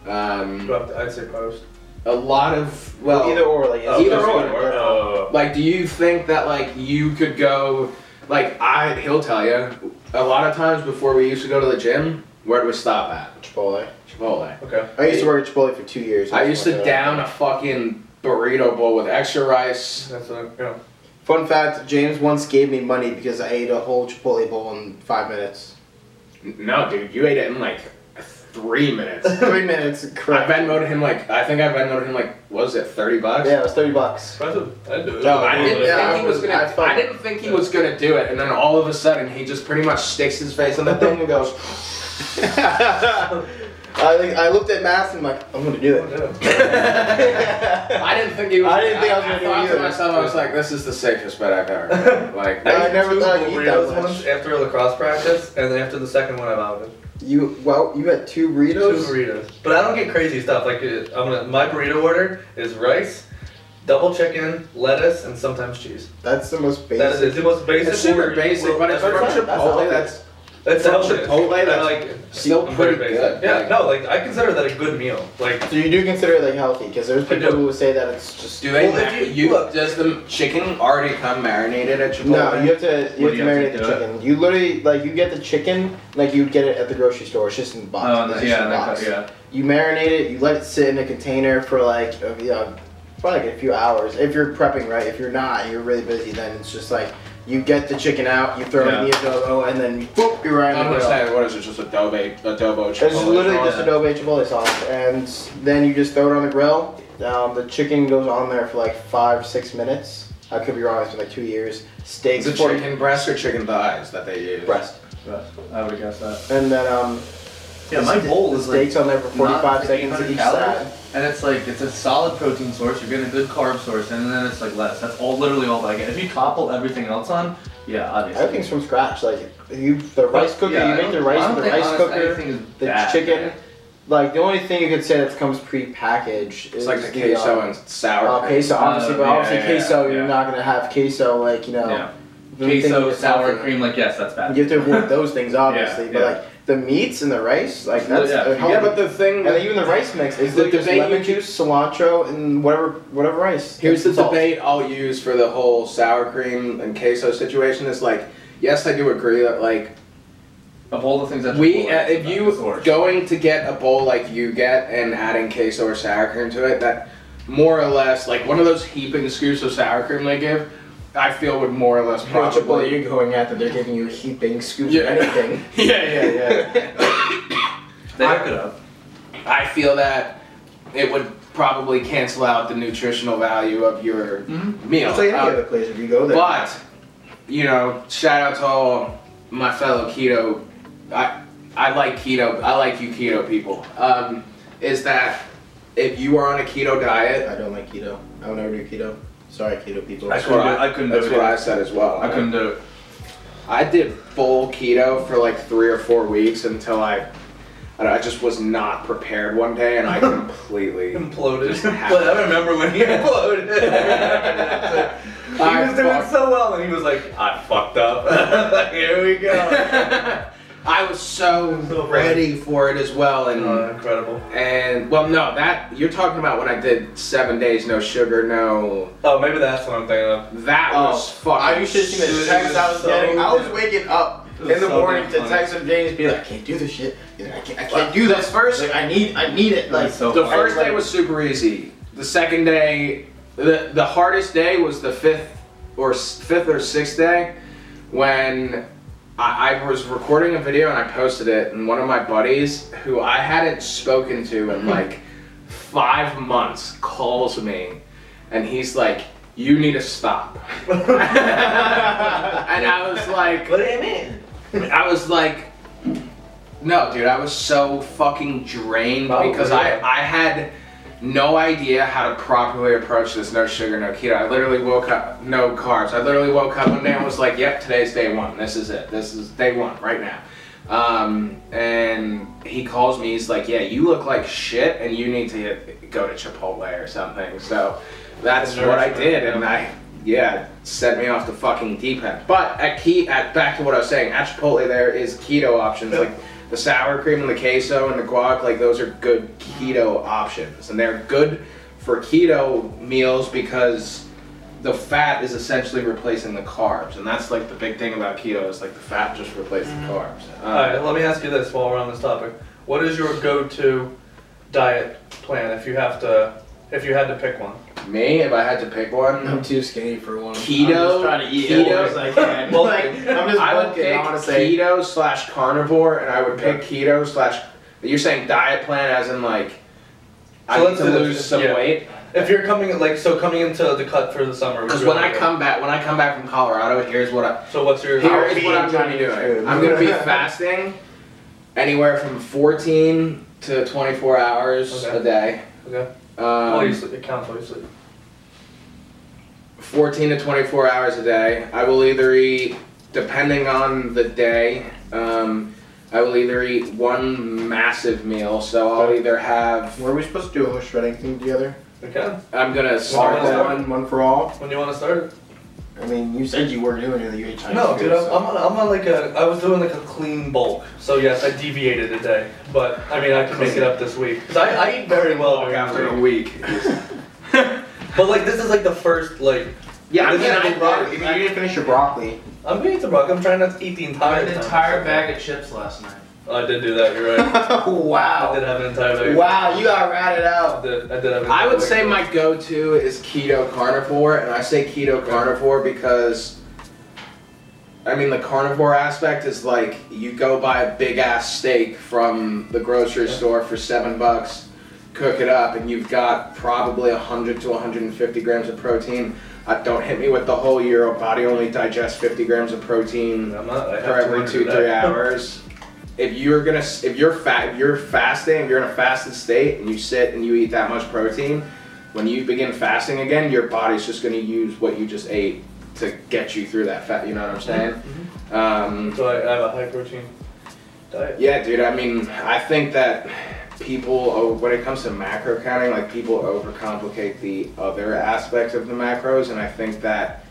S1: Um,
S2: But I'd say post.
S1: a lot of, well,
S4: either or, like
S1: Oh, either
S4: it's
S1: or.
S4: different.
S2: oh,
S1: like, do you think that, like, you could go, like, I, he'll tell you, a lot of times before we used to go to the gym, where do we stop at?
S4: Chipotle.
S1: Chipotle.
S2: Okay.
S4: I used to work at Chipotle for two years.
S1: I used to down a fucking burrito bowl with extra rice.
S2: That's what I'm, yeah.
S4: Fun fact: James once gave me money because I ate a whole Chipotle bowl in five minutes.
S1: No, dude, you ate it in, like, three minutes.
S4: Three minutes,
S1: I
S4: correct?
S1: Venmoed him like I think I Venmoed him like what was it thirty bucks?
S4: Yeah, it was thirty
S2: (laughs)
S4: bucks.
S2: Impressive. I'd do it.
S4: No,
S1: I didn't
S4: Yeah,
S1: think he was gonna.
S4: I
S1: I,
S4: felt-
S1: didn't think he was gonna do it, and then all of a sudden he just pretty much sticks his face on the thing and goes. (laughs)
S4: I think I looked at Mass and I'm like, I'm gonna do
S2: I'd
S4: it.
S2: do it.
S1: (laughs)
S4: I
S1: I didn't think he was.
S4: I didn't think I was gonna do
S1: thought
S4: it
S1: to
S4: either.
S1: myself, I was like, this is the safest bet I've ever. Had. (laughs) Like,
S4: I
S2: ate
S4: never
S2: two
S1: Uh,
S4: thought I'd eat that
S2: burritos
S4: much.
S2: once after a lacrosse practice, and then after the second one, I vomited.
S4: You well, you had two
S2: Two
S4: burritos.
S2: burritos. But I don't get crazy stuff. Like it, I'm gonna, my burrito order is rice, double chicken, lettuce, and sometimes cheese.
S4: That's the most basic.
S2: That is it. The most basic.
S1: it's super
S2: order.
S1: basic, but it's from
S2: That's
S4: fine. That's
S1: Chipotle.
S4: healthy.
S1: That's
S2: That's
S1: from
S2: healthy.
S1: Chipotle,
S2: And I
S1: that's
S2: like it.
S1: still
S2: I'm very
S1: pretty
S2: basic.
S1: good.
S2: Yeah,
S1: Like,
S2: no, like I consider that a good meal. Like (laughs)
S4: So you do consider it like healthy because there's
S2: I
S4: people
S2: do.
S4: who would say that it's just.
S1: Do they?
S2: Well, if
S1: you,
S2: you-
S1: look, does the chicken already come marinated at Chipotle?
S4: No, you have to you
S5: What
S4: have
S5: do
S4: to
S5: you have
S4: marinate
S5: to
S4: the
S5: do it?
S4: chicken. You literally like you get the chicken like you'd get it at the grocery store. It's just in the box. It's
S5: oh, and
S4: just
S5: then-
S4: in
S5: yeah,
S4: the
S5: and then
S4: box.
S5: cut- yeah.
S4: You marinate it. You let it sit in a container for like a, you know, for like a few hours. If you're prepping right, if you're not, and you're really busy, then it's just like you get the chicken out, you throw it in the adobo, and then boop, you're right
S1: I'm
S4: in the
S1: gonna
S4: grill.
S1: say, what is it? Just adobo, adobo Chipotle.
S4: It's just literally
S1: sauce?
S4: just adobo chipotle sauce, and then you just throw it on the grill. Um, the chicken goes on there for like five, six minutes. I could be wrong. It's been like two years. Steaks,
S1: Is it
S4: pork
S1: chicken breast or chicken thighs that they use?
S4: breast,
S5: But I would guess that.
S4: and then um,
S5: Yeah, my bowl is like
S4: steaks on there for
S5: not
S4: 45
S5: to
S4: seconds
S5: 800
S4: each
S5: calories.
S4: side.
S5: And it's like it's a solid protein source. You're getting a good carb source, and then it's like less. That's all literally all that I get. If you topple everything else on, yeah, obviously.
S4: Everything's from scratch. Like you, the rice cooker,
S5: Yeah, I
S4: you make the
S5: don't- I
S4: rice
S5: don't
S4: with the
S5: think
S4: rice
S5: honestly
S4: cooker,
S5: anything is
S4: the
S5: bad.
S4: chicken. Like the only thing you could say that comes pre-packaged
S1: It's
S4: is
S1: like the queso
S4: um,
S1: and sour.
S4: uh, queso, obviously, but
S5: yeah,
S4: obviously
S5: Oh, yeah,
S4: queso,
S5: yeah.
S4: you're not gonna have queso like you know.
S5: Yeah.
S4: the thing
S5: Queso,
S4: is
S5: sour
S4: healthy.
S5: cream, like yes, that's bad.
S4: You have to avoid those things, obviously. but
S5: (laughs) yeah.
S4: like the meats and the rice, like that's
S5: Yeah,
S4: a
S1: Yeah, but the thing
S4: and then even the rice mix is
S1: The
S4: the just
S1: debate
S4: lemon
S1: you keep-
S4: juice, cilantro, and whatever whatever rice.
S1: Here's the
S4: Salt.
S1: debate I'll use for the whole sour cream and queso situation is like, yes, I do agree that like
S5: Of all the things that
S1: we
S5: Chipotle
S1: uh,
S5: is
S1: if
S5: about,
S1: you
S5: it's the worst.
S1: going to get a bowl like you get and adding queso or sour cream to it, that more or less like one of those heaping scoops of sour cream they give, I feel would more or less
S4: How much of what (laughs)
S1: probably.
S4: you're going at that they're giving you a heaping scoop
S1: Yeah.
S4: of
S5: (laughs)
S4: anything.
S1: yeah, yeah, yeah.
S5: they hook it up.
S1: I feel that it would probably cancel out the nutritional value of your
S5: Hmm?
S4: Hmm?
S1: meal.
S4: It's like any
S1: Uh,
S4: other place if you go there.
S1: But you know, shout out to all my fellow keto. I I like keto. I like you keto people. Um, is that if you are on a keto diet,
S4: I don't like keto. I would never do keto. Sorry, keto people.
S5: I
S1: that's what
S5: couldn't do-
S1: I,
S5: I couldn't do
S1: That's
S5: it
S1: what
S5: either.
S1: I said as well.
S5: I couldn't do it.
S1: I did full keto for like three or four weeks until I. I don't- I just was not prepared one day,
S5: (laughs)
S1: and I completely.
S2: imploded.
S5: But I remember when
S1: (laughs)
S5: he imploded. he
S1: I
S5: was doing
S1: fucked.
S5: so well, and he was like, "I
S2: (laughs)
S5: fucked up." Here we
S1: (laughs)
S5: go.
S1: I was so
S2: So funny.
S1: ready for it as well, and
S2: Oh, incredible.
S1: And well, no, that you're talking about when I did seven days no sugar, no.
S2: Oh, maybe that's what I'm thinking of.
S1: That
S4: Oh,
S1: was fucking.
S4: I used to see the texts I was
S2: so
S4: getting. I was
S2: good.
S4: waking up
S2: It
S4: in
S2: was
S4: the
S2: so
S4: morning to
S2: funny.
S4: text with James, be like, I can't do this shit. He's like, I can't, I can't
S1: Like,
S4: do this
S1: first-
S4: first. Like, I need, I need it. Oh, Like, (laughs)
S5: That's so
S1: the
S5: funny.
S1: first day was super easy. The second day, the the hardest day was the fifth or s- fifth or sixth day, when I, I was recording a video and I posted it, and one of my buddies, who I hadn't spoken to
S4: (laughs)
S1: in like five months, calls me, and he's like, "You need to stop." and I was like,
S4: What do you mean?
S1: I was like, no, dude, I was so fucking drained
S2: Oh,
S1: because
S2: yeah.
S1: I, I had no idea how to properly approach this no sugar, no keto. I literally woke up, no carbs. I literally woke up one day and was like, yep, today's day one. This is it. This is day one right now. Um, and he calls me, he's like, yeah, you look like shit and you need to hit, go to Chipotle or something. So that's what I did. And I, yeah, set me off the fucking deep end. But at key, at back to what I was saying, at Chipotle there is keto options like the sour cream and the queso and the guac. Like those are good keto options, and they're good for keto meals because the fat is essentially replacing the carbs, and that's like the big thing about keto is like the fat just replaces
S2: Mm-hmm.
S1: the carbs. Uh,
S2: All right, let me ask you this while we're on this topic. What is your go-to diet plan if you have to if you had to pick one?
S1: Me, if I had to pick
S4: I'm
S1: one,
S4: too skinny for one.
S1: Keto?
S4: I'm just trying to eat
S1: Keto?
S4: keto. as I can.
S2: Well,
S4: like, I'm just
S1: I would
S4: bulking,
S1: pick
S4: honestly.
S1: keto slash carnivore, and I would pick keto slash. You're saying diet plan as in like. I
S2: So
S1: need
S2: let's
S1: to
S2: do this.
S1: lose some
S2: Yeah.
S1: weight.
S2: If you're coming like so coming into the cut for the summer. would
S1: Because
S2: you
S1: when
S2: have
S1: I
S2: to-
S1: come back, when I come back from Colorado, here's what I
S2: so what's your
S1: here
S4: I'll
S1: is
S4: be
S1: what I'm
S4: eating
S1: gonna be
S4: Chinese
S1: doing.
S4: food.
S1: I'm gonna be fasting anywhere from 14 to 24 hours
S2: Okay.
S1: a day.
S2: Okay. while oh, you
S1: Um,
S2: sleep, it counts while you sleep.
S1: 14 to 24 hours a day. I will either eat, depending on the day, um, I will either eat one massive meal. So I'll either have.
S4: Were we supposed to do a whole shredding thing together?
S2: Okay.
S1: I'm gonna start
S2: Well,
S1: that.
S4: one, one for all.
S2: When do you want to start? it?
S4: I mean, you said you were doing it. You ate Chinese
S2: No,
S4: food,
S2: dude, I'm,
S4: so-
S2: I'm, on, I'm on like a I was doing like a clean bulk. So yes, I deviated a day, but I mean I can make it up this week. 'Cause I, I eat very well during the
S1: After
S2: week.
S1: a week.
S2: (laughs) But like this is like the first like
S1: Yeah, I
S2: This
S1: mean,
S2: is
S1: I,
S2: the
S4: Broccoli. I mean, you didn't finish your broccoli.
S2: I'm being the rock. I'm trying not to eat the
S5: I
S2: entire
S5: had an
S2: time.
S5: entire bag of chips last night.
S2: Oh, I did do that. You're right. I
S4: (laughs)
S2: did
S4: wow.
S2: have an entire bag.
S4: Wow, you got ratted
S2: I
S4: out.
S2: did. I did have. An
S1: I
S2: entire
S1: would
S2: bag.
S1: say my go-to is keto carnivore, and I say keto carnivore because, I mean, the carnivore aspect is like you go buy a big ass steak from the grocery store for seven bucks, cook it up, and you've got probably 100 to 150 grams of protein. Uh, don't hit me with the whole your body only digests 50 grams of protein
S2: I'm not. I have
S1: for every
S2: 200
S1: two
S2: today.
S1: three hours. If you're gonna, s- if you're fat, if you're fasting, if you're in a fasted state, and you sit and you eat that much protein, when you begin fasting again, your body's just gonna use what you just ate to get you through that fat. You know what I'm saying? Um,
S2: So I, I have a high protein diet.
S1: yeah, dude. I mean, I think that people, oh, when it comes to macro counting, like people overcomplicate the other aspects of the macros, and I think that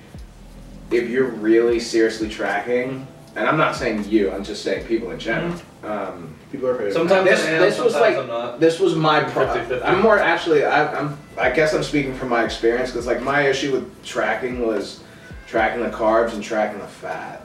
S1: if you're really seriously tracking, and I'm not saying you, I'm just saying people in general.
S4: Mm-hmm.
S1: Um,
S4: People are afraid.
S2: Sometimes
S1: This-
S2: I am,
S1: this was
S2: sometimes
S1: like-
S2: I'm not.
S1: this was my problem.
S2: 50-50.
S1: I'm more actually. I, I'm. I guess I'm speaking from my experience because like my issue with tracking was tracking the carbs and tracking the fat.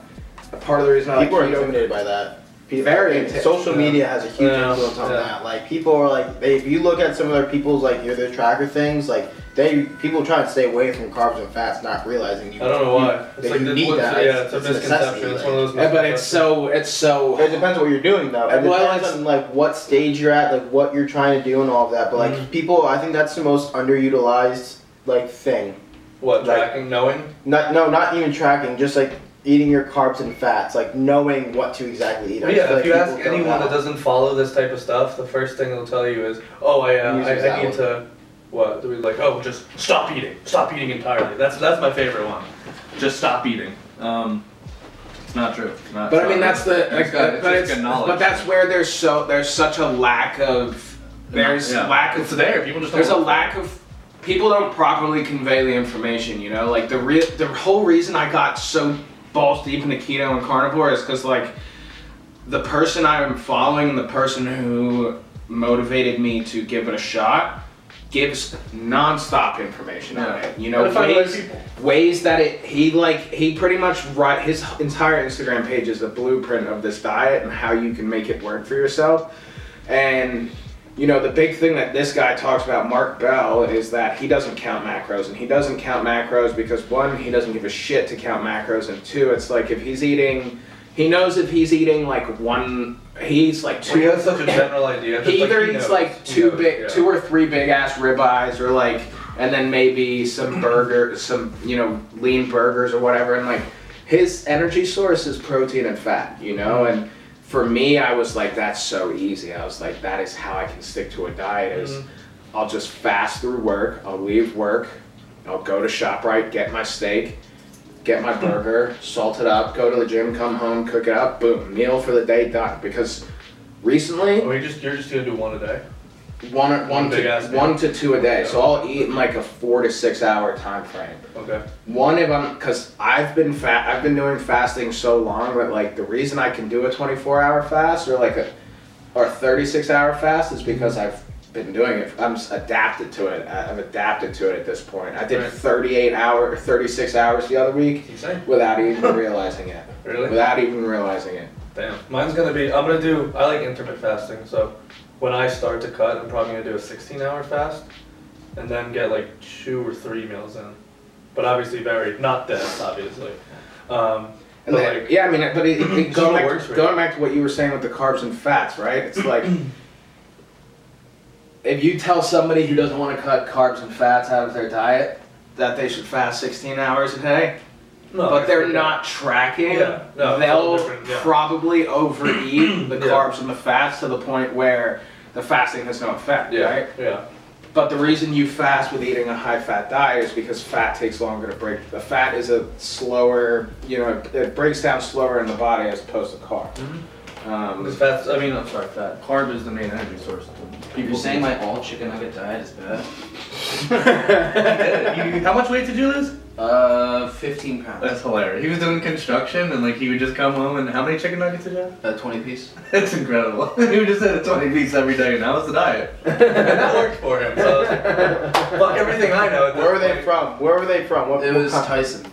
S1: Part of the reason I like
S4: People are
S1: keto
S4: uh, intimidated by that. People,
S1: Very
S4: and
S1: inti-
S4: Social
S1: yeah.
S4: media has a huge
S2: Yeah,
S4: influence on
S2: yeah.
S4: that. Like people are like, they, if you look at some other people's like your their tracker things, like they people try to stay away from carbs and fats, not realizing you.
S2: I don't know why.
S4: You,
S2: it's like
S4: you
S2: the,
S4: need
S2: what's-
S4: that.
S2: Yeah, it's, a misconception.
S4: necessity,
S2: It's
S4: like.
S2: one of those.
S1: Yeah, but it's so it's so
S4: It depends what you're doing though. It
S1: Well,
S4: depends
S1: it's-
S4: on like what stage you're at, like what you're trying to do and all of that. But like
S6: Mm-hmm.
S2: Mhm.
S4: people, I think that's the most underutilized like thing.
S2: what
S4: like-
S2: tracking, knowing.
S4: Not no, not even tracking, just like eating your carbs and fats, like knowing what to exactly eat. I
S2: But
S4: just
S2: yeah,
S4: feel
S2: if
S4: like
S2: you
S4: people
S2: ask
S4: don't
S2: anyone
S4: know.
S2: that doesn't follow this type of stuff, the first thing they'll tell you is, "Oh, I, uh,
S4: Use
S2: I, I
S4: that
S2: need
S4: one.
S2: to." What? They'll be like, "Oh, just stop eating. Stop eating entirely." That's that's my favorite one.
S5: Just stop eating. Um, it's not true. Not
S1: But I
S5: true.
S1: mean, that's the.
S5: It's
S1: Like, uh,
S5: got- it's
S1: but,
S5: just
S1: it's,
S5: good knowledge.
S1: but that's where there's so there's such a lack of there's
S5: Yeah.
S1: lack of
S5: It's there. People just don't
S1: there's a
S5: look for
S1: lack of people don't properly convey the information. You know, like the real the whole reason I got so balls deep into keto and carnivore is because like the person I'm following, the person who motivated me to give it a shot, gives nonstop information on it. You know,
S2: Gotta find
S1: ways-
S2: other people.
S1: ways that it he like he pretty much write his entire Instagram page is a blueprint of this diet and how you can make it work for yourself. And you know the big thing that this guy talks about, Mark Bell, is that he doesn't count macros and he doesn't count macros because one, he doesn't give a shit to count macros, and two, it's like if he's eating He knows if he's eating like one. He's like two.
S2: We have such
S1: (laughs)
S2: a general idea.
S1: he
S2: that's,
S1: either
S2: he
S1: eats
S2: knows.
S1: like
S2: He
S1: two
S2: knows,
S1: big,
S2: yeah.
S1: two or three big ass ribeyes, or like, and then maybe
S2: (clears throat)
S1: some burger, some you know lean burgers or whatever. And like, his energy source is protein and fat, you know. And for me, I was like, that's so easy. I was like, that is how I can stick to a diet. Is
S2: Mhm.
S1: I'll just fast through work. I'll leave work. I'll go to Shoprite, get my steak, get
S2: (laughs)
S1: my burger, salt it up, go to the gym, come home, cook it up, boom, meal for the day done. Because recently,
S2: Or you Oh, just you're just gonna do one a day.
S1: one, one,
S2: One big
S1: to,
S2: ass meal.
S1: one to two a day. So I'll eat in like a four to six hour time frame.
S2: Okay.
S1: One if I'm because I've been fat, I've been doing fasting so long that like the reason I can do a 24 hour fast or like a or 36 hour fast is because I've been doing it. I'm s- adapted to it. I- I've adapted to it at this point. I did
S2: Right.
S1: 38 hour, 36 hours the other week
S2: Insane.
S1: without even realizing
S2: (laughs)
S1: it.
S2: Really?
S1: Without even realizing it.
S2: Damn. Mine's gonna be. I'm gonna do. I like intermittent fasting, so when I start to cut, I'm probably gonna do a 16-hour fast, and then get like two or three meals in. But obviously, very not this, obviously. Um,
S1: And
S2: But,
S1: then-
S2: like-
S1: yeah, I mean, but
S2: (clears throat)
S1: it, it,
S2: It's
S1: going,
S2: what
S1: back
S2: works
S1: to,
S2: for
S1: going back to what you were saying with the carbs and fats, right? It's like (clears throat) if you tell somebody who doesn't want to cut carbs and fats out of their diet that they should fast 16 hours a day,
S2: no,
S1: but they're
S2: Oh, yeah.
S1: not tracking,
S2: Yeah, no, it's all
S1: they'll
S2: different, yeah.
S1: probably overeat the
S2: (clears throat) Yeah.
S1: carbs and the fats to the point where the fasting has no effect,
S2: Yeah.
S1: right?
S2: Yeah.
S1: But the reason you fast with eating a high fat diet is because fat takes longer to break. The fat is a slower, you know, it- it breaks down slower in the body as opposed to carb.
S2: Because
S1: Um,
S2: fats. I mean, I'm sorry, fat.
S5: Carb is the main energy source. People
S6: You're saying my all chicken nugget diet is
S5: (laughs)
S6: bad?
S5: You- how much weight did you lose?
S6: Uh, 15 pounds.
S5: That's hilarious. He was doing construction and like he would just come home and how many chicken nuggets did you have?
S6: Uh, 20 piece.
S5: (laughs) That's incredible. he would just had a 20 piece every day and that was the diet.
S2: and (laughs) that worked for him. So I was like,
S1: Um,
S2: fuck everything I know. at this
S4: Where were they (laughs)
S2: point.
S4: from? Where were they from? What,
S6: It
S4: what
S6: was
S4: co-
S6: Tyson.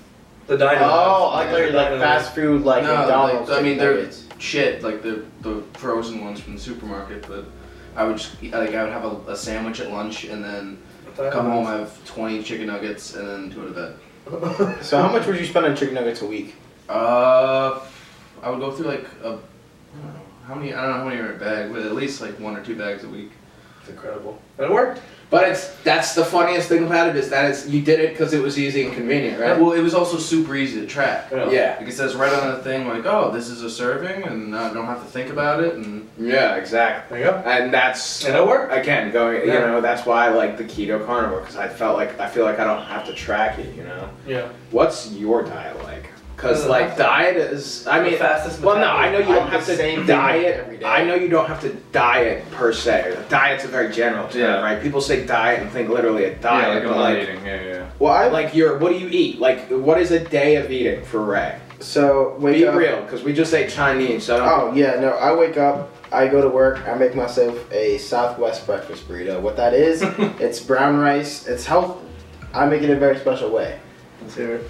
S2: The diner.
S4: Oh, I thought you were like fast food, like
S6: No, like,
S4: McDonald's.
S6: I mean,
S4: chicken
S6: they're-
S4: nuggets.
S6: Shit, like the the frozen ones from the supermarket. But I would just eat- like I would have a, a sandwich at lunch and then come home have 20 chicken nuggets and then go to bed.
S4: So how much would you spend on chicken nuggets a week?
S6: Uh, I would go through like a I don't know how many I don't know how many are in a bag, but at least like one or two bags a week.
S2: (laughs) It's incredible. And it worked.
S1: (laughs) but it's that's the funniest thing about it is that it's you did it because it was easy and convenient, right?
S6: Well, it was also super easy to track.
S1: Yeah,
S6: Like it says right on the thing, like, oh, this is a serving, and I don't have to think about it. And
S1: yeah, exactly.
S2: There you go.
S1: And that's
S2: And it worked.
S1: again going, you
S2: Yeah.
S1: know, that's why I like the keto carnivore because I felt like I feel like I don't have to track it, you know.
S2: Yeah.
S1: What's your diet like? Because
S2: Doesn't
S1: like
S2: have to.
S1: diet is, I
S2: The
S1: mean,
S2: fastest
S1: Well, no, I know
S2: metabolism.
S1: you don't
S4: I'm
S1: have
S4: the same
S1: to
S4: thing every
S1: diet.
S4: day.
S1: I know you don't have to diet per se. Diet's a very general term,
S5: Yeah.
S1: right? People say diet and think literally a
S5: Yeah,
S1: diet,
S5: like
S1: but
S5: I'm
S1: like,
S5: like, eating. Yeah, yeah.
S4: Well, I like
S1: like your what do you eat? Like, what is a day of eating for Ray?
S4: so wake
S1: Be
S4: up.
S1: real, because we just ate Chinese, so I
S4: Oh yeah, no. I wake up, I go to work, I make myself a Southwest breakfast burrito. What that
S5: (laughs)
S4: is, it's brown rice. It's healthy. I make it a very special way.
S5: Let's hear it.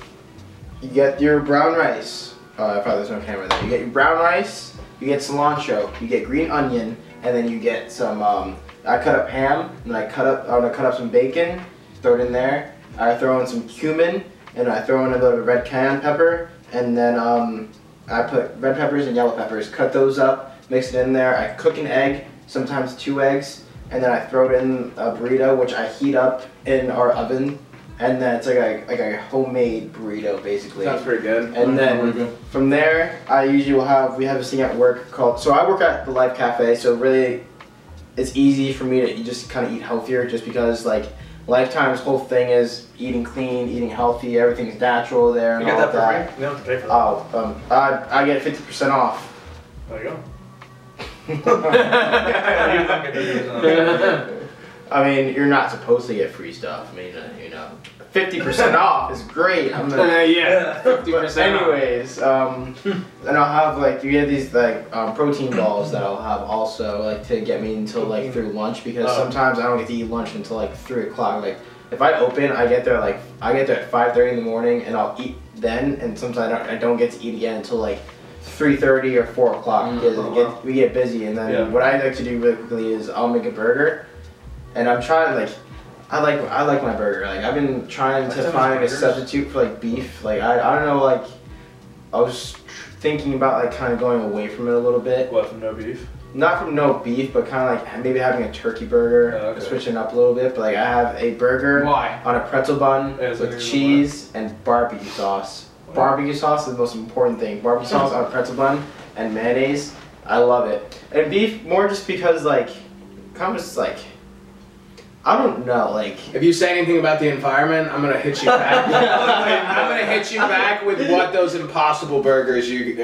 S4: You get your brown rice. Uh, probably there's no camera there. You get your brown rice. You get cilantro. You get green onion, and then you get some. Um, I cut up ham, and I cut up. I'm gonna cut up some bacon. Throw it in there. I throw in some cumin, and I throw in a little red cayenne pepper, and then um, I put red peppers and yellow peppers. Cut those up. Mix it in there. I cook an egg, sometimes two eggs, and then I throw it in a burrito, which I heat up in our oven, and then it's like a like a homemade burrito basically.
S1: sounds pretty good.
S4: And then from there, I usually will have we have this thing at work called. So I work at the Life Cafe, so really, it's easy for me to just kind of eat healthier, just because like Lifetime's whole thing is eating clean, eating healthy, everything's natural there and
S2: You get
S4: all
S2: that
S4: that.
S2: for free. You don't have to pay for that.
S4: Oh, um, I I get fifty percent
S2: (laughs)
S4: off.
S2: There you go.
S4: (laughs) I mean, you're not supposed to get free stuff. I mean, uh, you know, fifty percent off is great. I'm gonna
S1: yeah, fifty
S4: But
S1: percent.
S4: anyways,
S1: (laughs)
S4: um, and I'll have like you get these like um, protein balls that I'll have also like to get me until like through lunch because
S2: Oh.
S4: sometimes I don't get to eat lunch until like three o'clock. Like if I open, I get there like I get there at five thirty in the morning and I'll eat then, and sometimes I don't I don't get to eat again until like three thirty or four o'clock.
S1: Mm,
S4: because
S1: oh,
S4: it
S1: wow.
S4: get, we get busy, and then
S2: Yeah.
S4: what I like to do really quickly is I'll make a burger, and I'm trying like. I like I like my burger. Like I've been trying
S2: That's
S4: to find a
S2: burgers.
S4: substitute for like beef. Like I, I don't know like I was tr- thinking about like kind of going away from it a little bit.
S2: (laughs) What from no beef?
S4: Not from no beef, but kind of like maybe having a turkey burger,
S2: Oh, okay.
S4: switching up a little bit. But like I have a burger
S1: Why?
S4: on a pretzel bun
S2: Yeah, so you're
S4: with
S2: gonna
S4: cheese and barbecue sauce. Barbecue sauce is the most important thing.
S2: (laughs)
S4: Barbecue sauce on a pretzel bun and mayonnaise. I love it. And beef more just because like, kind of just like, I don't know like.
S1: If you say anything about the environment, I'm gonna hit you
S4: (laughs)
S1: back. I'm gonna hit you back with what those impossible burgers you. uh, you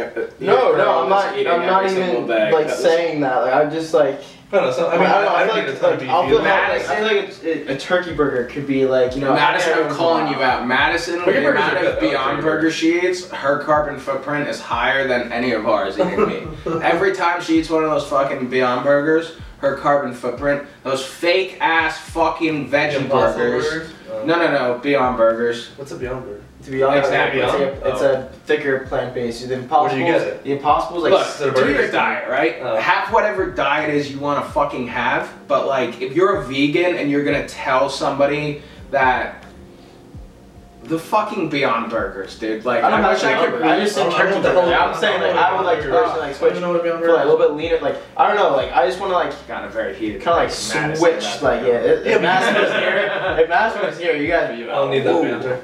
S4: No, no,
S1: girl
S4: I'm
S1: is
S4: not.
S1: eating
S4: I'm not
S1: every single
S4: even
S1: day.
S4: like
S1: That was-
S4: saying that. Like I'm just like.
S2: No, no. So, I mean, I, I, don't need a ton of beef.
S4: I'll
S2: either.
S4: feel bad. Like, I feel
S1: Madison-
S4: like a, a turkey burger could be like you know.
S1: Madison, I'm
S4: everyone's
S1: calling
S4: allowed.
S1: you out. Madison,
S2: Burger
S1: the
S2: burgers
S1: amount
S2: are
S1: of
S2: good.
S1: Beyond
S2: Burger
S1: Burger
S2: burgers.
S1: she eats, her carbon footprint is higher than any of ours eating
S2: (laughs)
S1: meat. Every time she eats one of those fucking Beyond Burgers, her carbon footprint, those fake ass fucking veggie
S2: Impossible
S1: burgers.
S2: burgers?
S1: No,
S2: Um,
S1: no, no, Beyond Burgers.
S2: What's a Beyond Burger?
S4: To be honest,
S1: Exactly.
S4: it's, like a, it's a thicker plant base. The impossible.
S2: Where do Oh. you get it?
S4: The impossible is like.
S2: Look, the
S1: do
S2: burgers
S1: your
S2: thing.
S1: diet, right?
S4: uh.
S2: Oh.
S1: have whatever diet is you want to fucking have, but like if you're a vegan and you're gonna tell somebody that the fucking Beyond Burgers, dude. Like
S4: I don't
S1: I,
S4: know.
S1: wish I could.
S4: I just
S2: I
S4: said
S2: don't- I
S4: turkey
S2: don't know
S4: burger.
S2: what the hell-
S4: I'm saying like I would like personally like switch
S2: know what a Beyond
S4: for like a little bit leaner. Like I don't know. Like I just want to like
S1: Got a very heated.
S4: kind of like
S1: debate with Madison (laughs)
S4: switch.
S1: about
S4: Like yeah. If
S2: Yeah,
S4: if
S2: but-
S4: Madison was here, if Madison was here, you guys would be.
S2: I don't need that
S1: Ooh.
S2: banter.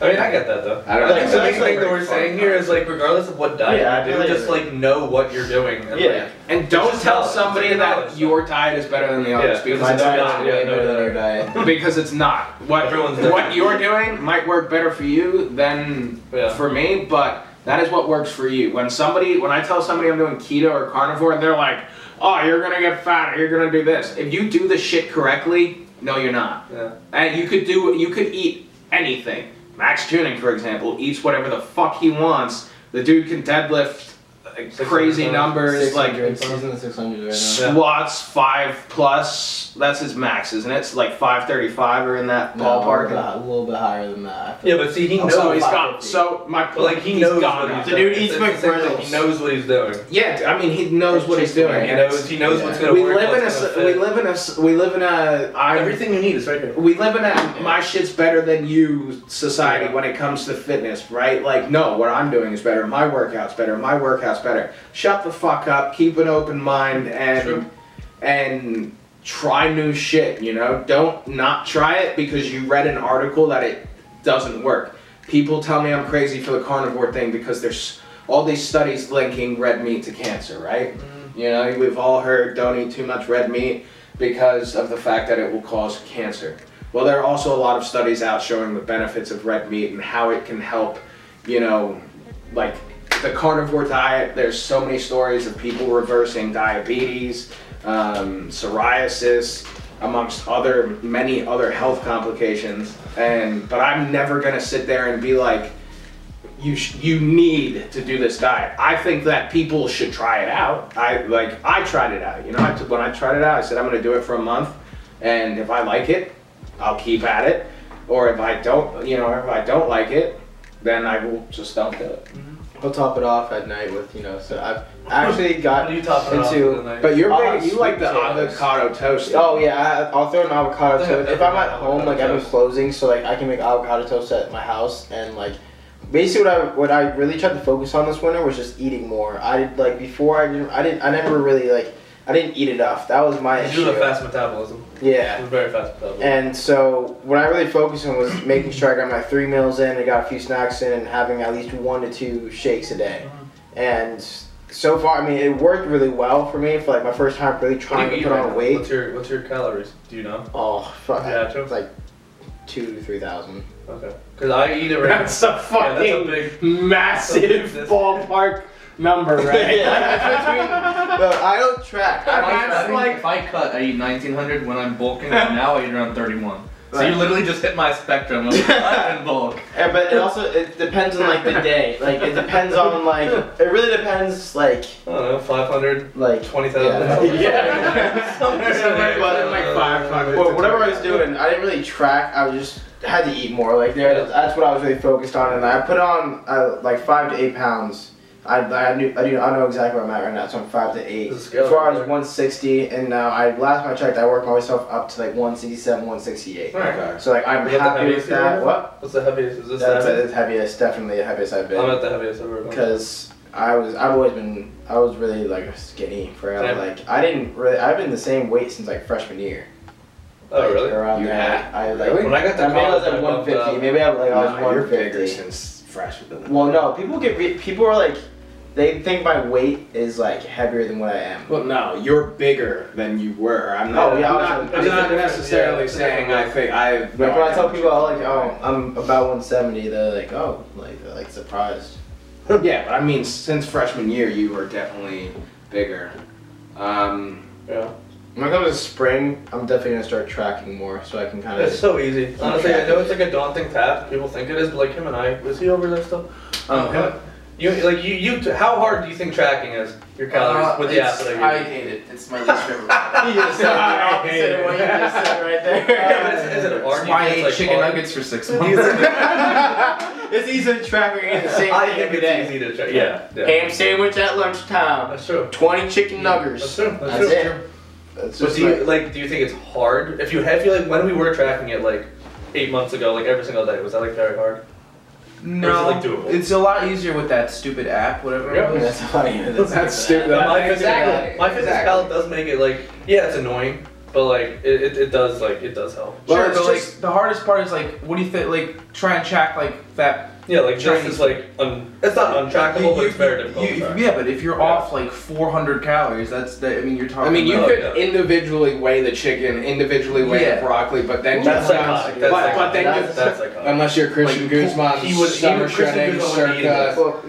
S2: I mean, I get that though.
S1: I don't
S2: I
S1: know.
S2: think
S4: So
S2: the big
S4: it's like
S2: thing that we're saying here is like, regardless of what diet
S4: Yeah, I
S2: you do,
S4: feel like
S2: just
S4: it's-
S2: like know what you're doing. And,
S4: Yeah.
S1: And don't
S2: Just
S1: tell
S2: knowledge.
S1: somebody
S2: Just
S1: that
S2: knowledge.
S1: your diet is better than the others
S2: Yeah,
S1: because
S4: My
S2: because
S1: it's
S2: diet
S4: diet's
S1: not.
S2: not- yeah,
S4: way
S2: no,
S4: better than
S2: no,
S4: your
S2: no.
S4: diet.
S1: Because it's not. What
S2: Everyone's
S1: what
S2: different.
S1: you're doing might work better for you than
S2: Yeah.
S1: for me, but that is what works for you. When somebody, when I tell somebody I'm doing keto or carnivore, they're like, "Oh, you're gonna get fat. Or you're gonna do this." If you do the shit correctly, no, you're not.
S2: Yeah.
S1: And you could do, you could eat anything. Max Tuning, for example, eats whatever the fuck he wants. The dude can deadlift like,
S2: 600
S1: crazy
S2: pounds.
S1: numbers, like
S4: 600, he's in the 600 right now.
S1: Squats five plus. That's his max, isn't it? It's like five thirty-five or in that
S4: No,
S1: ballpark.
S4: a little bit higher than that.
S2: Yeah, but see, he knows.
S1: so he's
S2: but,
S1: gone. So my point,
S2: like he knows
S1: gone.
S2: what he's
S1: now.
S4: The
S2: doing.
S4: dude eats
S2: It's- it's the same thing.
S4: McGriddles.
S2: He knows what he's doing.
S1: Yeah, I mean he knows what he's doing.
S2: He
S1: and
S2: knows. He knows what's gonna
S1: we
S2: work.
S1: live in a.
S2: what's
S1: s-
S2: gonna
S1: We
S2: fit.
S1: live in a. s- We live in a. I.
S2: Everything you need is right here.
S1: We live in a my shit's better than you society when it comes to fitness, right? Like, no, what I'm doing is better. My workout's better. My workout's better. Shut the fuck up. Keep an open mind and
S2: True.
S1: and try new shit. You know, don't not try it because you read an article that it doesn't work. People tell me I'm crazy for the carnivore thing because there's all these studies linking red meat to cancer, right? You know, we've all heard don't eat too much red meat because of the fact that it will cause cancer. Well, there are also a lot of studies out showing the benefits of red meat and how it can help, you know, like the carnivore diet. There's so many stories of people reversing diabetes, um, psoriasis, amongst other many other health complications. And but I'm never gonna sit there and be like, you sh- you need to do this diet. I think that people should try it out. I like I tried it out. You know, I t- when I tried it out, I said I'm gonna do it for a month, and if I like it, I'll keep at it. Or if I don't, you know, if I don't like it, then I will just don't do it.
S4: We'll top it off at night with, you know, so I've
S2: (laughs)
S4: actually
S2: How
S4: got
S2: do you top it off
S4: into-
S2: for the night?
S1: But you're
S4: I'll
S1: big,
S4: have
S1: you like
S4: sweet
S1: the
S4: potatoes.
S1: avocado toast.
S4: Oh yeah, I, I'll throw an avocado
S2: Yeah,
S4: toast. If
S2: everyone
S4: I'm at
S2: has
S4: home, like i
S2: avocado
S4: have been
S2: toast.
S4: closing, so like I can make avocado toast at my house, and like basically what I what I really tried to focus on this winter was just eating more. I did like before I didn't I didn't I never really like I didn't eat enough. That was my
S2: You
S4: issue.
S2: have a fast metabolism.
S4: Yeah.
S2: It was very fast metabolism.
S4: And so what I really focused on was making sure I got my three meals in, I got a few snacks in, and having at least one to two shakes a day.
S2: Uh-huh.
S4: And so far, I mean, it worked really well for me for like my first time really
S2: What do
S4: trying
S2: you
S4: to
S2: eat
S4: put
S2: right
S4: on
S2: now?
S4: weight.
S2: What's your What's your calories? Do you know?
S4: Oh fuck,
S2: Yeah, true.
S4: it's like two to three thousand.
S2: Okay. Because I eat it right.
S1: That's a
S2: Yeah, that's a
S1: fucking (laughs)
S2: big.
S1: massive
S2: That's-
S1: ballpark number, right? (laughs)
S4: No, I don't track. I don't
S5: If I-
S1: That's
S5: I
S4: track.
S5: mean,
S1: like-
S5: if I cut, I eat 1900 when I'm
S4: (laughs)
S5: bulking. and now I eat around 31. So you literally just hit my spectrum of cut
S4: (laughs)
S5: and bulk.
S4: Eh, But it also it depends on like the day. Like it depends on like it really depends like
S2: I don't know. Five hundred.
S4: like (laughs)
S2: Twenty
S4: Yeah.
S2: thousand.
S5: (laughs)
S1: Yeah. Somewhere within, like, five, five,
S4: Well, whatever I was doing, I didn't really track. I was just had to eat more. Like there, that's what I was really focused on, and I put on uh, like five to eight pounds I, I, knew, I, knew, I know exactly where I'm at right now, so I'm 5 to 8.
S2: Let's go.
S4: Before I was 160, and now I last time I checked, I worked myself up to like 167, 168.
S1: Okay.
S4: So like I'm
S2: You got the
S4: happy with
S2: heaviest you
S4: that.
S2: ever?
S4: What?
S2: What's the heaviest? Is this
S4: That's
S2: the
S4: the heaviest, definitely the heaviest I've
S2: heaviest? I'm
S4: been.
S2: at the heaviest I've ever been.
S4: Because I was, I've always been, I was really like skinny forever.
S2: Same.
S4: Like I didn't really, I've been the same weight since like freshman year.
S2: Oh,
S4: Like,
S2: really?
S4: Around
S1: You
S4: there.
S1: have?
S4: I like.
S1: Really?
S2: When I got to
S4: I mean, I was
S2: college,
S4: at
S2: I bumped
S4: 150.
S2: up.
S4: Maybe I like I was
S1: Nah, you're bigger
S4: 150.
S1: since freshman. than that.
S4: Well, no, people get re- people are like, they think my weight is like heavier than what I am.
S1: Well, no, you're bigger than you were. I'm
S4: Oh,
S1: not.
S4: yeah, I
S1: I'm
S4: was-
S1: not, I'm
S2: it's
S1: not
S2: different,
S1: necessarily
S2: yeah, it's
S1: saying
S2: different.
S1: I think I.
S4: Like when I tell people oh, like oh I'm about 170, they're like oh like they're, like surprised.
S1: yeah, but I mean, since freshman year, you were definitely bigger. Um,
S2: Yeah.
S4: When it comes to spring, I'm definitely gonna start tracking more so I can kind
S2: It's
S4: of.
S2: so easy. Honestly, I know it's like a daunting task. People think it is, but like him and I, was he over there still? Um, him, you like you you. How hard do you think tracking is? Your calories
S6: Uh,
S2: with the app
S6: it's-
S2: that I
S6: I
S2: give
S6: hate it. It's my least favorite.
S4: You just said the
S2: I
S4: opposite
S2: hate
S4: of what you
S2: it.
S4: just said right
S2: Yeah,
S4: there.
S2: it's- (laughs) is it hard?
S6: It's
S2: You
S6: why I
S2: think
S6: ate
S2: it's, like,
S6: chicken
S2: hard?
S6: nuggets for six
S5: (laughs)
S6: months.
S4: it's easy to track and eat the
S2: you.
S4: same
S2: I
S4: thing
S2: think
S4: every
S2: it's
S4: day.
S2: easy to track. Yeah. yeah.
S4: Ham sandwich at lunchtime.
S2: That's true.
S4: 20 chicken nuggers.
S2: That's true. That's,
S4: That's
S2: true.
S4: it. That's
S2: But
S4: just
S2: do you
S4: like,
S2: like? Do you think it's hard? If you if you like when we were tracking it like eight months ago, like every single day, was that like very hard?
S6: no,
S2: Or is it, like, doable?
S6: it's a lot easier with that stupid app, whatever
S2: Yeah.
S6: it was.
S4: that's funny. That's,
S1: That's stupid.
S2: But my
S1: Exactly.
S2: physical, my physical
S1: Exactly.
S2: palate does make it like yeah, it's annoying, but like it, it, it does like it does help.
S6: Sure,
S1: Well, it's
S6: but
S1: just-
S6: like the hardest part is like, what do you think? Like, try and track like that.
S2: Yeah, like this
S6: Chinese-
S2: is like un, it's not untrackable,
S6: You-
S2: but it's
S6: you-
S2: very difficult.
S6: you-
S2: to track.
S6: yeah, but if you're
S2: Yeah.
S6: off like 400 calories, that's that. I mean, you're
S1: I
S6: talking.
S1: mean, you
S2: Oh,
S6: about,
S1: could
S2: yeah.
S1: individually weigh the chicken, individually weigh
S6: Yeah.
S1: the broccoli, but then just
S2: That's psychotic. That's
S1: but,
S2: psychotic.
S1: but then
S2: that's,
S1: just
S2: that's psychotic.
S1: unless you're Christian
S6: Like,
S1: Guzman,
S2: he was- he
S1: summer
S2: was- Christian
S1: shredding,
S2: Guzman wouldn't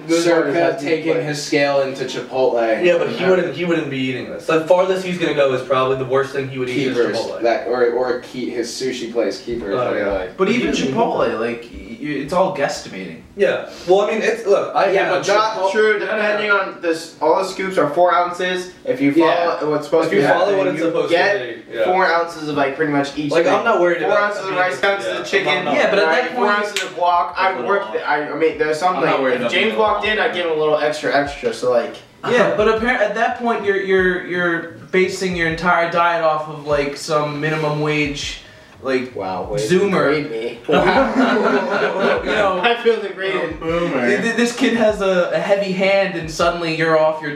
S2: eat
S1: circa, circa taking his scale into Chipotle.
S2: Yeah, but he wouldn't. He wouldn't be eating this. The farthest he's gonna go is probably the worst thing he would eat is
S1: Keepers,
S2: Chipotle.
S1: that or or Ke- his sushi place keepers.
S2: Oh,
S1: that I
S2: yeah.
S1: like.
S6: But even
S1: Mm-hmm.
S2: You-
S6: Chipotle, like, y- y- it's all guesstimating.
S2: yeah. Well, I mean, it's look. I
S1: Yeah,
S2: have-
S1: but
S4: not
S1: Chipotle-
S4: true. Depending on this, all the scoops are four ounces. If you follow
S1: Yeah.
S4: what's supposed
S2: if
S4: to
S2: you
S4: be
S2: follow what
S4: happening,
S2: it's
S4: you
S2: supposed
S4: get
S2: to be, yeah.
S4: four ounces of like pretty much each.
S2: (laughs) like
S4: thing.
S2: I'm not worried
S4: Four
S2: about
S4: ounces
S2: I
S4: of
S2: mean,
S4: rice, ounces
S2: yeah,
S4: of chicken.
S2: I'm not-
S6: Yeah, but at that
S4: four
S6: point-
S4: ounces of guac.
S2: A
S4: I
S2: little
S4: work.
S2: off.
S4: The, I, I mean, there's some
S6: I'm not
S4: like
S6: worried
S4: if
S6: about
S4: James
S6: being
S4: walked
S6: off.
S4: in, I'd give him a little extra, extra. So
S5: (laughs)
S4: like,
S2: Uh-huh.
S6: Yeah, but appar- at that point, you're you're you're basing your entire diet off of like some minimum wage, like
S4: wow,
S6: wait, Zoomer.
S4: Grade
S5: (laughs)
S4: me.
S6: you know.
S4: (laughs) I feel degraded.
S6: th- th- This kid has a, a heavy hand, and suddenly you're off your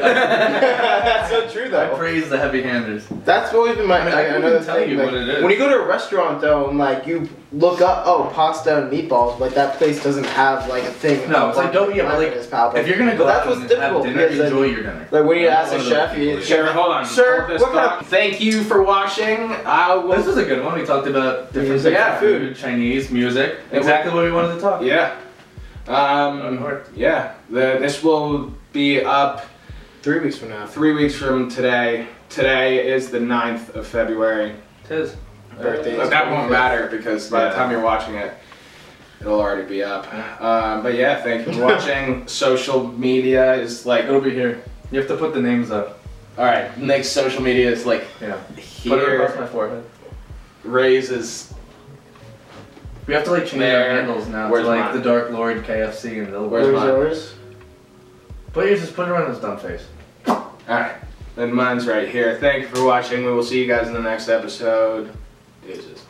S4: (laughs) That's so true
S5: I
S4: though.
S5: praise the heavy handers.
S4: That's always been my
S5: I mean, I
S4: like,
S5: couldn't
S4: another
S5: tell
S4: thing.
S5: you
S4: like,
S5: what it is.
S4: When you go to a restaurant though, and like you look up, oh, pasta and meatballs, like that place doesn't have like a thing.
S5: No, it's like, don't- yeah, but, like,
S4: It's palpable.
S5: If you're gonna
S4: But
S5: go
S4: that's
S5: out
S4: what's
S5: and
S4: difficult,
S5: have dinner,
S4: because then-
S5: enjoy your dinner.
S4: like when you
S5: I'm
S4: ask
S5: one
S4: a
S5: of those
S4: chef, you
S5: people,
S1: Sure,
S4: chef,
S1: hold on.
S4: Sir,
S1: Hold this
S4: what kind
S1: thought. Thank you for watching. I
S5: This
S1: will.
S5: was a good one. We talked about different
S1: Music.
S5: types of
S1: Yeah, food.
S5: Chinese music,
S1: Yeah,
S5: exactly what we wanted to talk.
S1: Yeah. Um,
S2: Unhurt.
S1: yeah. The, this will be up
S4: three weeks from now.
S1: three weeks from today. Today is the 9th of February.
S2: Tis.
S5: Uh,
S4: Birthday.
S1: But that won't matter because by the
S5: Yeah.
S1: time you're watching it, it'll already be up. Um, but yeah, thank you for
S5: (laughs)
S1: watching. Social media is like,
S5: It'll be here. You have to put the names up.
S1: all right, next social media is like
S5: Yeah. Put it across
S1: here.
S5: my forehead.
S1: Raise is
S5: We have to like change
S1: There.
S5: our handles now
S1: Where's
S5: to like
S1: mine?
S5: the Dark Lord KFC and the
S1: Where's
S4: Where's
S1: mine?
S4: yours?
S5: But you just put it on his dumb face.
S1: all right. Then mine's right here. Thank you for watching. We will see you guys in the next episode. Deuces.